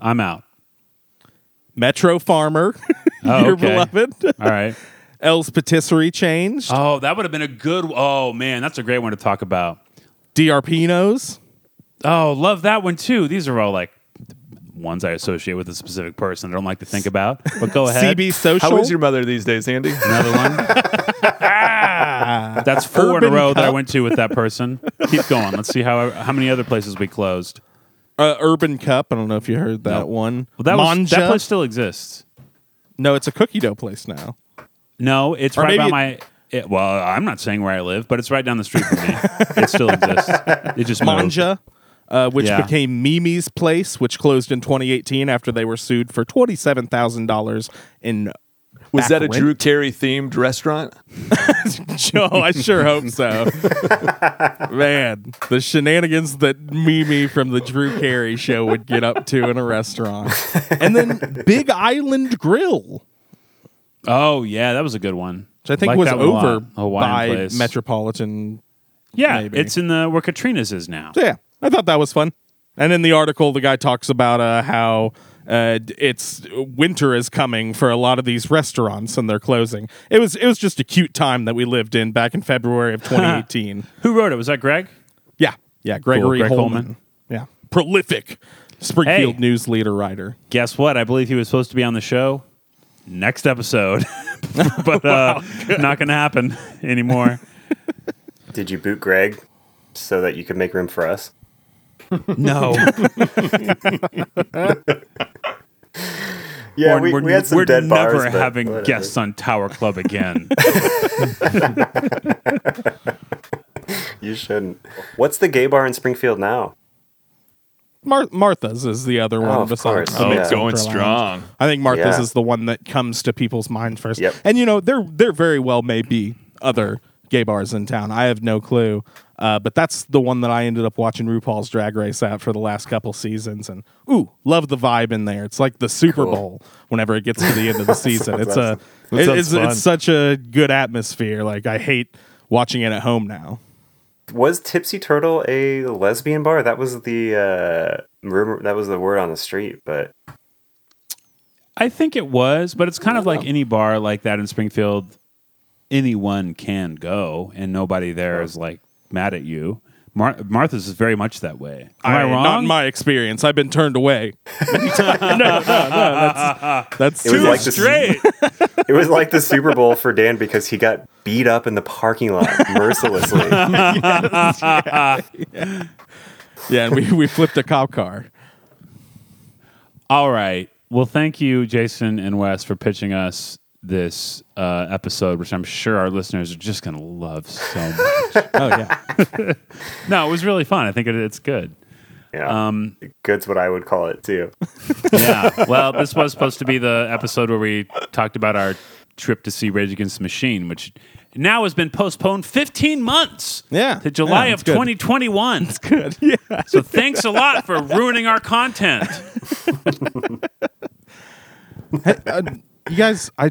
A: I'm out.
B: Metro Farmer,
A: Oh,
B: your
A: okay.
B: beloved.
A: All right.
B: Elle's Patisserie changed.
A: Oh, that would have been a good. Oh man, that's a great one to talk about.
B: DRPino's.
A: Oh, love that one too. These are all like ones I associate with a specific person. I don't like to think about. But go ahead.
B: CB Social.
C: How is your mother these days, Andy?
A: Another one. That's four in
B: Urban
A: a row that I
B: Cup.
A: went to with that person. Keep going. Let's see how how many other places we closed.
B: uh, Urban Cup. I don't know if you heard that one.
A: Well, that was-
B: Manja.
A: that place still exists.
B: no, it's a cookie dough place now.
A: No, it's
B: Or
A: right by
B: maybe-
A: my. It, well, I'm not saying where I live, but it's right down the street from me. it still exists. It just moved.
B: Manja, uh, which
A: Yeah.
B: became Mimi's Place, which closed in 2018 after they were sued for twenty-seven thousand dollars in.
C: Was that a
B: Back when?
C: Drew Carey themed restaurant?
B: Joe, I sure hope so. Man, the shenanigans that Mimi from the Drew Carey show would get up to in a restaurant, and then Big Island Grill,
A: Oh yeah, that was a good one.
B: which I think
A: Like
B: was
A: that one a lot.
B: over
A: Hawaiian
B: by
A: place.
B: Metropolitan
A: Yeah,
B: maybe.
A: it's in the where Katrina's is now.
B: So yeah, I thought that was fun. And in the article, the guy talks about uh, how uh, d- it's winter is coming for a lot of these restaurants and they're closing. It was it was just a cute time that we lived in back in February of 2018.
A: Who wrote it? Was that Greg?
B: yeah, yeah, Gregory
A: Greg
B: Holman.
A: Holman.
B: yeah, prolific Springfield
A: Hey.
B: news leader writer.
A: Guess what? I believe he was supposed to be on the show next episode, but uh, not going to happen anymore.
D: Did you boot Greg so that you could make room for us?
A: no,
D: Yeah,
A: Warren,
D: we,
A: we're,
D: we had some
A: we're
D: dead
A: never
D: bars, but
A: having
D: whatever.
A: guests on Tower Club again.
D: You shouldn't. What's the gay bar in Springfield now?
B: Mar- Martha's is the other one
D: of
B: besides.
D: course.
B: the
D: Oh,
B: Mid
D: yeah.
B: Central
C: Going
B: Lounge.
C: strong.
B: I think Martha's
D: Yeah.
B: is the one that comes to people's mind first.
D: Yep.
B: And you know, there there very well may be other gay bars in town. I have no clue. Uh, but that's the one that I ended up watching RuPaul's Drag Race at for the last couple seasons, and ooh, love the vibe in there. It's like the Super Bowl whenever it gets to the end of the season. it's a
C: That
B: it-
C: sounds
B: it's,
C: fun.
B: it's such a good atmosphere. Like I hate watching it at home now.
D: Was Tipsy Turtle a lesbian bar? That was the uh, rumor. That was the word on the street. But
A: I think it was, but it's kind of like any bar like that in Springfield. Anyone can go, and nobody there is like mad at you. Mar- Martha's is very much that way. Am I, wrong?
B: Not in my experience. I've been turned away. no, no, no. That's, that's
D: It was
B: too
D: like the- it was like the Super Bowl for Dan because he got beat up in the parking lot mercilessly.
B: Yeah, and we, we flipped a cop car.
A: All right. Well, thank you, Jason and Wes, for pitching us this uh, episode, which I'm sure our listeners are just going to love so much.
B: Oh yeah.
A: no, it was really fun. I think it, it's good.
D: Yeah, um, good's what I would call it too.
A: Yeah. Well, this was supposed to be the episode where we talked about our trip to see Rage Against the Machine, which now has been postponed 15 months.
B: Yeah.
A: To July
B: Yeah,
A: of
B: that's good.
A: 2021. That's good. Yeah. So thanks a lot for ruining our content.
B: Uh, you guys, I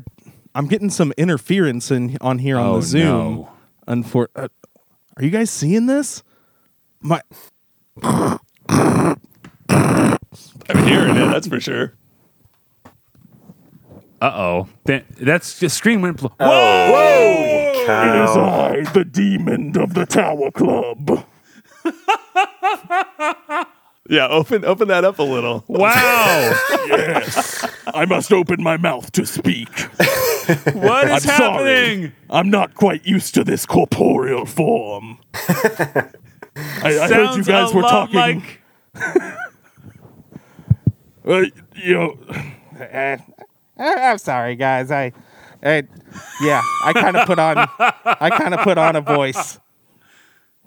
B: I'm getting some interference in on here on
A: Oh,
B: the Zoom.
A: no.
B: Unfor- uh, are you guys seeing this? My
C: I'm hearing it, that's for sure.
A: Uh oh. That's just screen went. Bl-
B: Oh.
D: Cow.
B: I, the demon of the Tower Club.
C: Yeah, open open that up a little.
A: Wow.
B: I must open my mouth to speak.
A: What is
B: I'm sorry.
A: happening?
B: I'm not quite used to this corporeal form. I, I heard you
A: Sounds
B: guys
A: a
B: were
A: lot
B: talking.
A: like
B: Uh, you know, I'm sorry, guys. I, I yeah, I kind of put on, I kind of put on a voice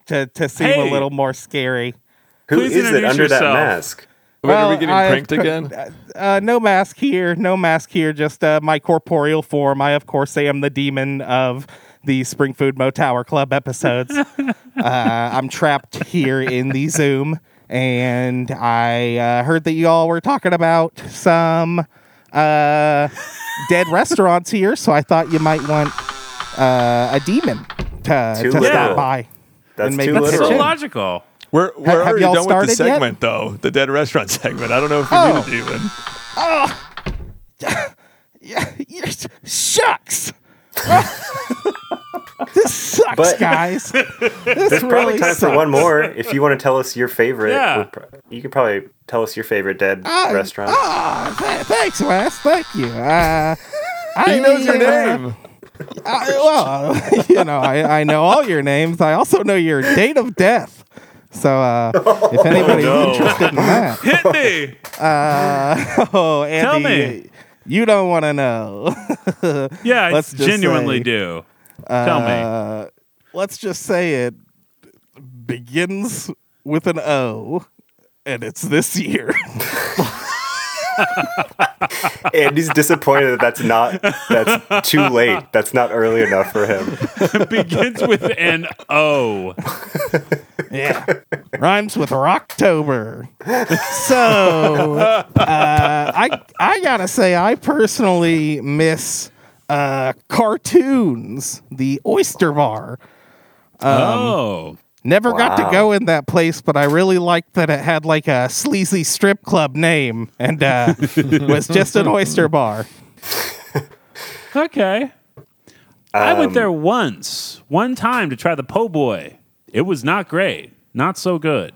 B: to to seem
A: Hey.
B: a little more scary.
D: Who
A: Please
D: is it
A: introduce
D: under that
A: yourself.
D: mask?
C: Wait, are
B: Well,
C: we getting
B: I-
C: pranked again?
B: Uh, no mask here, no mask here. Just uh, my corporeal form. I, of course, am the demon of the Spring Food Mo Tower Club episodes. uh, I'm trapped here in the Zoom,
E: and I uh, heard that y'all were talking about some uh, dead restaurants here, so I thought you might want uh, a demon to,
D: Too
E: to
D: literal.
E: stop by.
D: That's
E: And maybe
D: too
E: that's
A: That's so
D: literal.
E: Kitchen.
A: logical.
C: We're, we're
E: have
C: already
E: y'all
C: done with the
E: started yet?
C: segment, though. The dead restaurant segment. I don't know if we
E: Oh.
C: need a demon.
E: Yeah, yes. shucks. this sucks,
D: But-
E: guys. This
D: Probably
E: really
D: time
E: sucks.
D: for one more. If you want to tell us your favorite,
A: Yeah.
D: we're pro- you could probably tell us your favorite dead
E: I-
D: restaurant.
E: Ah, th- thanks, Wes. Thank you. Uh, I,
C: He knows your
E: uh,
C: name.
E: I, well, you know, I, I know all your names. I also know your date of death. So, uh, if anybody's interested in that,
A: Hit me.
E: oh, Andy,
A: Tell me.
E: you don't want to know.
A: Yeah, I
E: Let's just
A: genuinely
E: say,
A: do. Tell me.
E: Uh, let's just say it begins with an O, and it's this year.
D: Andy's disappointed that that's not that's too late. That's not early enough for him.
A: It begins with an O.
E: Yeah. Rhymes with Rocktober. So uh, I I gotta say I personally miss uh, cartoons, the oyster bar.
B: Um,
A: oh.
E: Never got to
D: Wow.
E: go in that place, but I really liked that it had like a sleazy strip club name and uh, was just an oyster bar.
A: Okay. I went there once, one time to try the po' boy. It was not great. Not so good.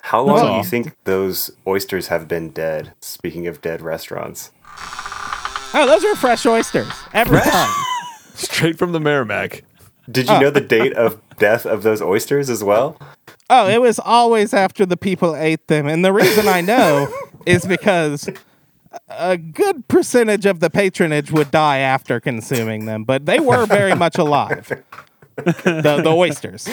D: How long do
A: all.
D: you think those oysters have been dead? Speaking of dead restaurants,
E: Oh, those were fresh oysters every time.
C: Straight from the Merrimack.
D: did you know the date of death of those oysters as well?
E: Oh, it was always after the people ate them. And the reason I know is because a good percentage of the patronage would die after consuming them, but they were very much alive. The, the oysters.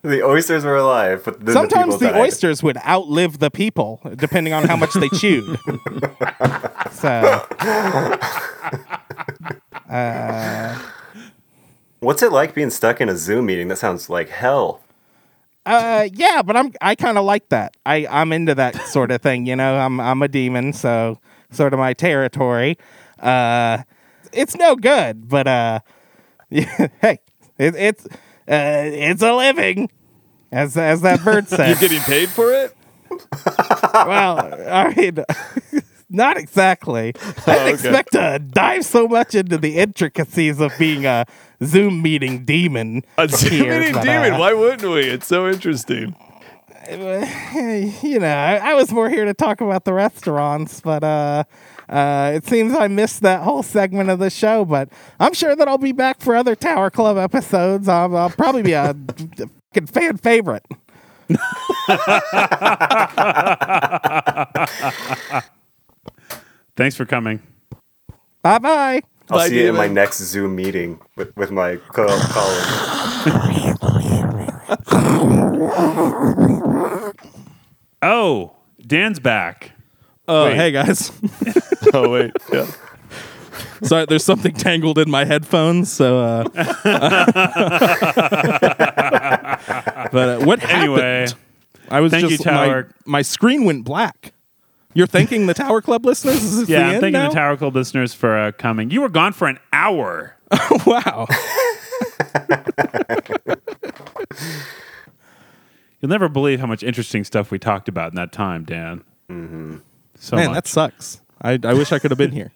D: The oysters were alive, but then
E: Sometimes
D: the, people
E: the
D: died.
E: oysters would outlive the people, depending on how much they chewed. So,
D: What's it like being stuck in a Zoom meeting? That sounds like hell.
E: uh, yeah, but I'm I kind of like that. I I'm into that sort of thing, you know. I'm I'm a demon, so sort of my territory. Uh, it's no good, but uh, hey, it, it's uh, it's a living, as as that bird
C: You're
E: said.
C: getting paid for it?
E: well, I mean, not exactly. I didn't
C: Oh, okay.
E: expect to dive so much into the intricacies of being a Zoom meeting demon.
C: A Zoom
E: here,
C: meeting
E: but,
C: demon.
E: uh,
C: Why wouldn't we? It's so interesting.
E: you know, I, I was more here to talk about the restaurants, but uh, uh, it seems I missed that whole segment of the show. But I'm sure that I'll be back for other Tower Club episodes. I'll, I'll probably be a fucking fan favorite.
A: Thanks for coming.
E: Bye bye.
D: I'll
C: Bye,
D: see you in my
C: demon.
D: next Zoom meeting with, with my co- colleague.
A: Oh, Dan's back.
E: Oh,
A: hey,
E: guys.
C: Oh, wait. Yeah.
E: Sorry, there's something tangled in my headphones. So, uh, but uh, what
A: Anyway,
E: I was
A: Thank you,
E: just my,
A: Tower.
E: my screen went black. You're thanking the Tower Club listeners? Is it
A: yeah,
E: the
A: I'm
E: end
A: thanking
E: now?
A: the Tower Club listeners for uh, coming. You were gone for an hour.
E: wow.
A: You'll never believe how much interesting stuff we talked about in that time, Dan. Mm-hmm. So
E: Man,
A: much.
E: that sucks. I, I wish I could have been here.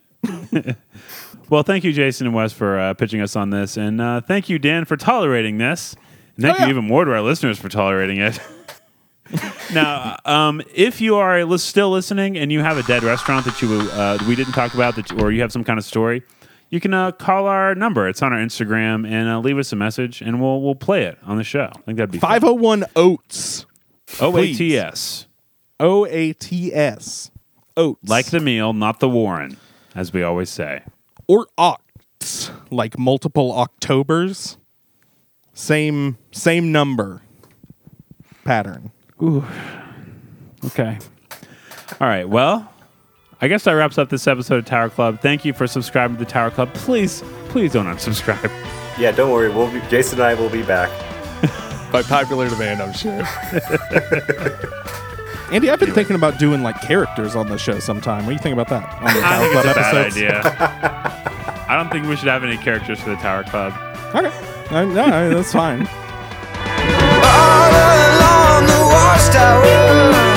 A: Well, thank you, Jason and Wes, for uh, pitching us on this, and uh, thank you, Dan, for tolerating this, and thank
E: Oh, yeah.
A: you even more to our listeners for tolerating it. now, um, if you are lis- still listening and you have a dead restaurant that you uh, we didn't talk about, that you, or you have some kind of story, you can uh, call our number. It's on our Instagram, and uh, leave us a message, and we'll we'll play it on the show. I think that'd be fun. Oh,
E: 501 Oats. please.
A: OATS,
E: O A T S. Oats.
A: like the meal, not the Warren, as we always say.
E: Or Octs. Like multiple Octobers. Same same number pattern.
A: Okay. All right. Well, I guess that wraps up this episode of Tower Club. Thank you for subscribing to the Tower Club. Please, please don't unsubscribe.
D: Yeah, don't worry. We'll be, Jason and I will be back.
C: By popular demand, I'm sure.
B: Andy, I've been thinking about doing like characters on the show sometime. What do you think about that? On the
A: I
B: Tower
A: think it's a
B: Club
A: bad
B: episodes?
A: idea. I don't think we should have any characters for the Tower Club.
B: Okay. Uh, no, I mean, that's fine.
E: all along the watchtower.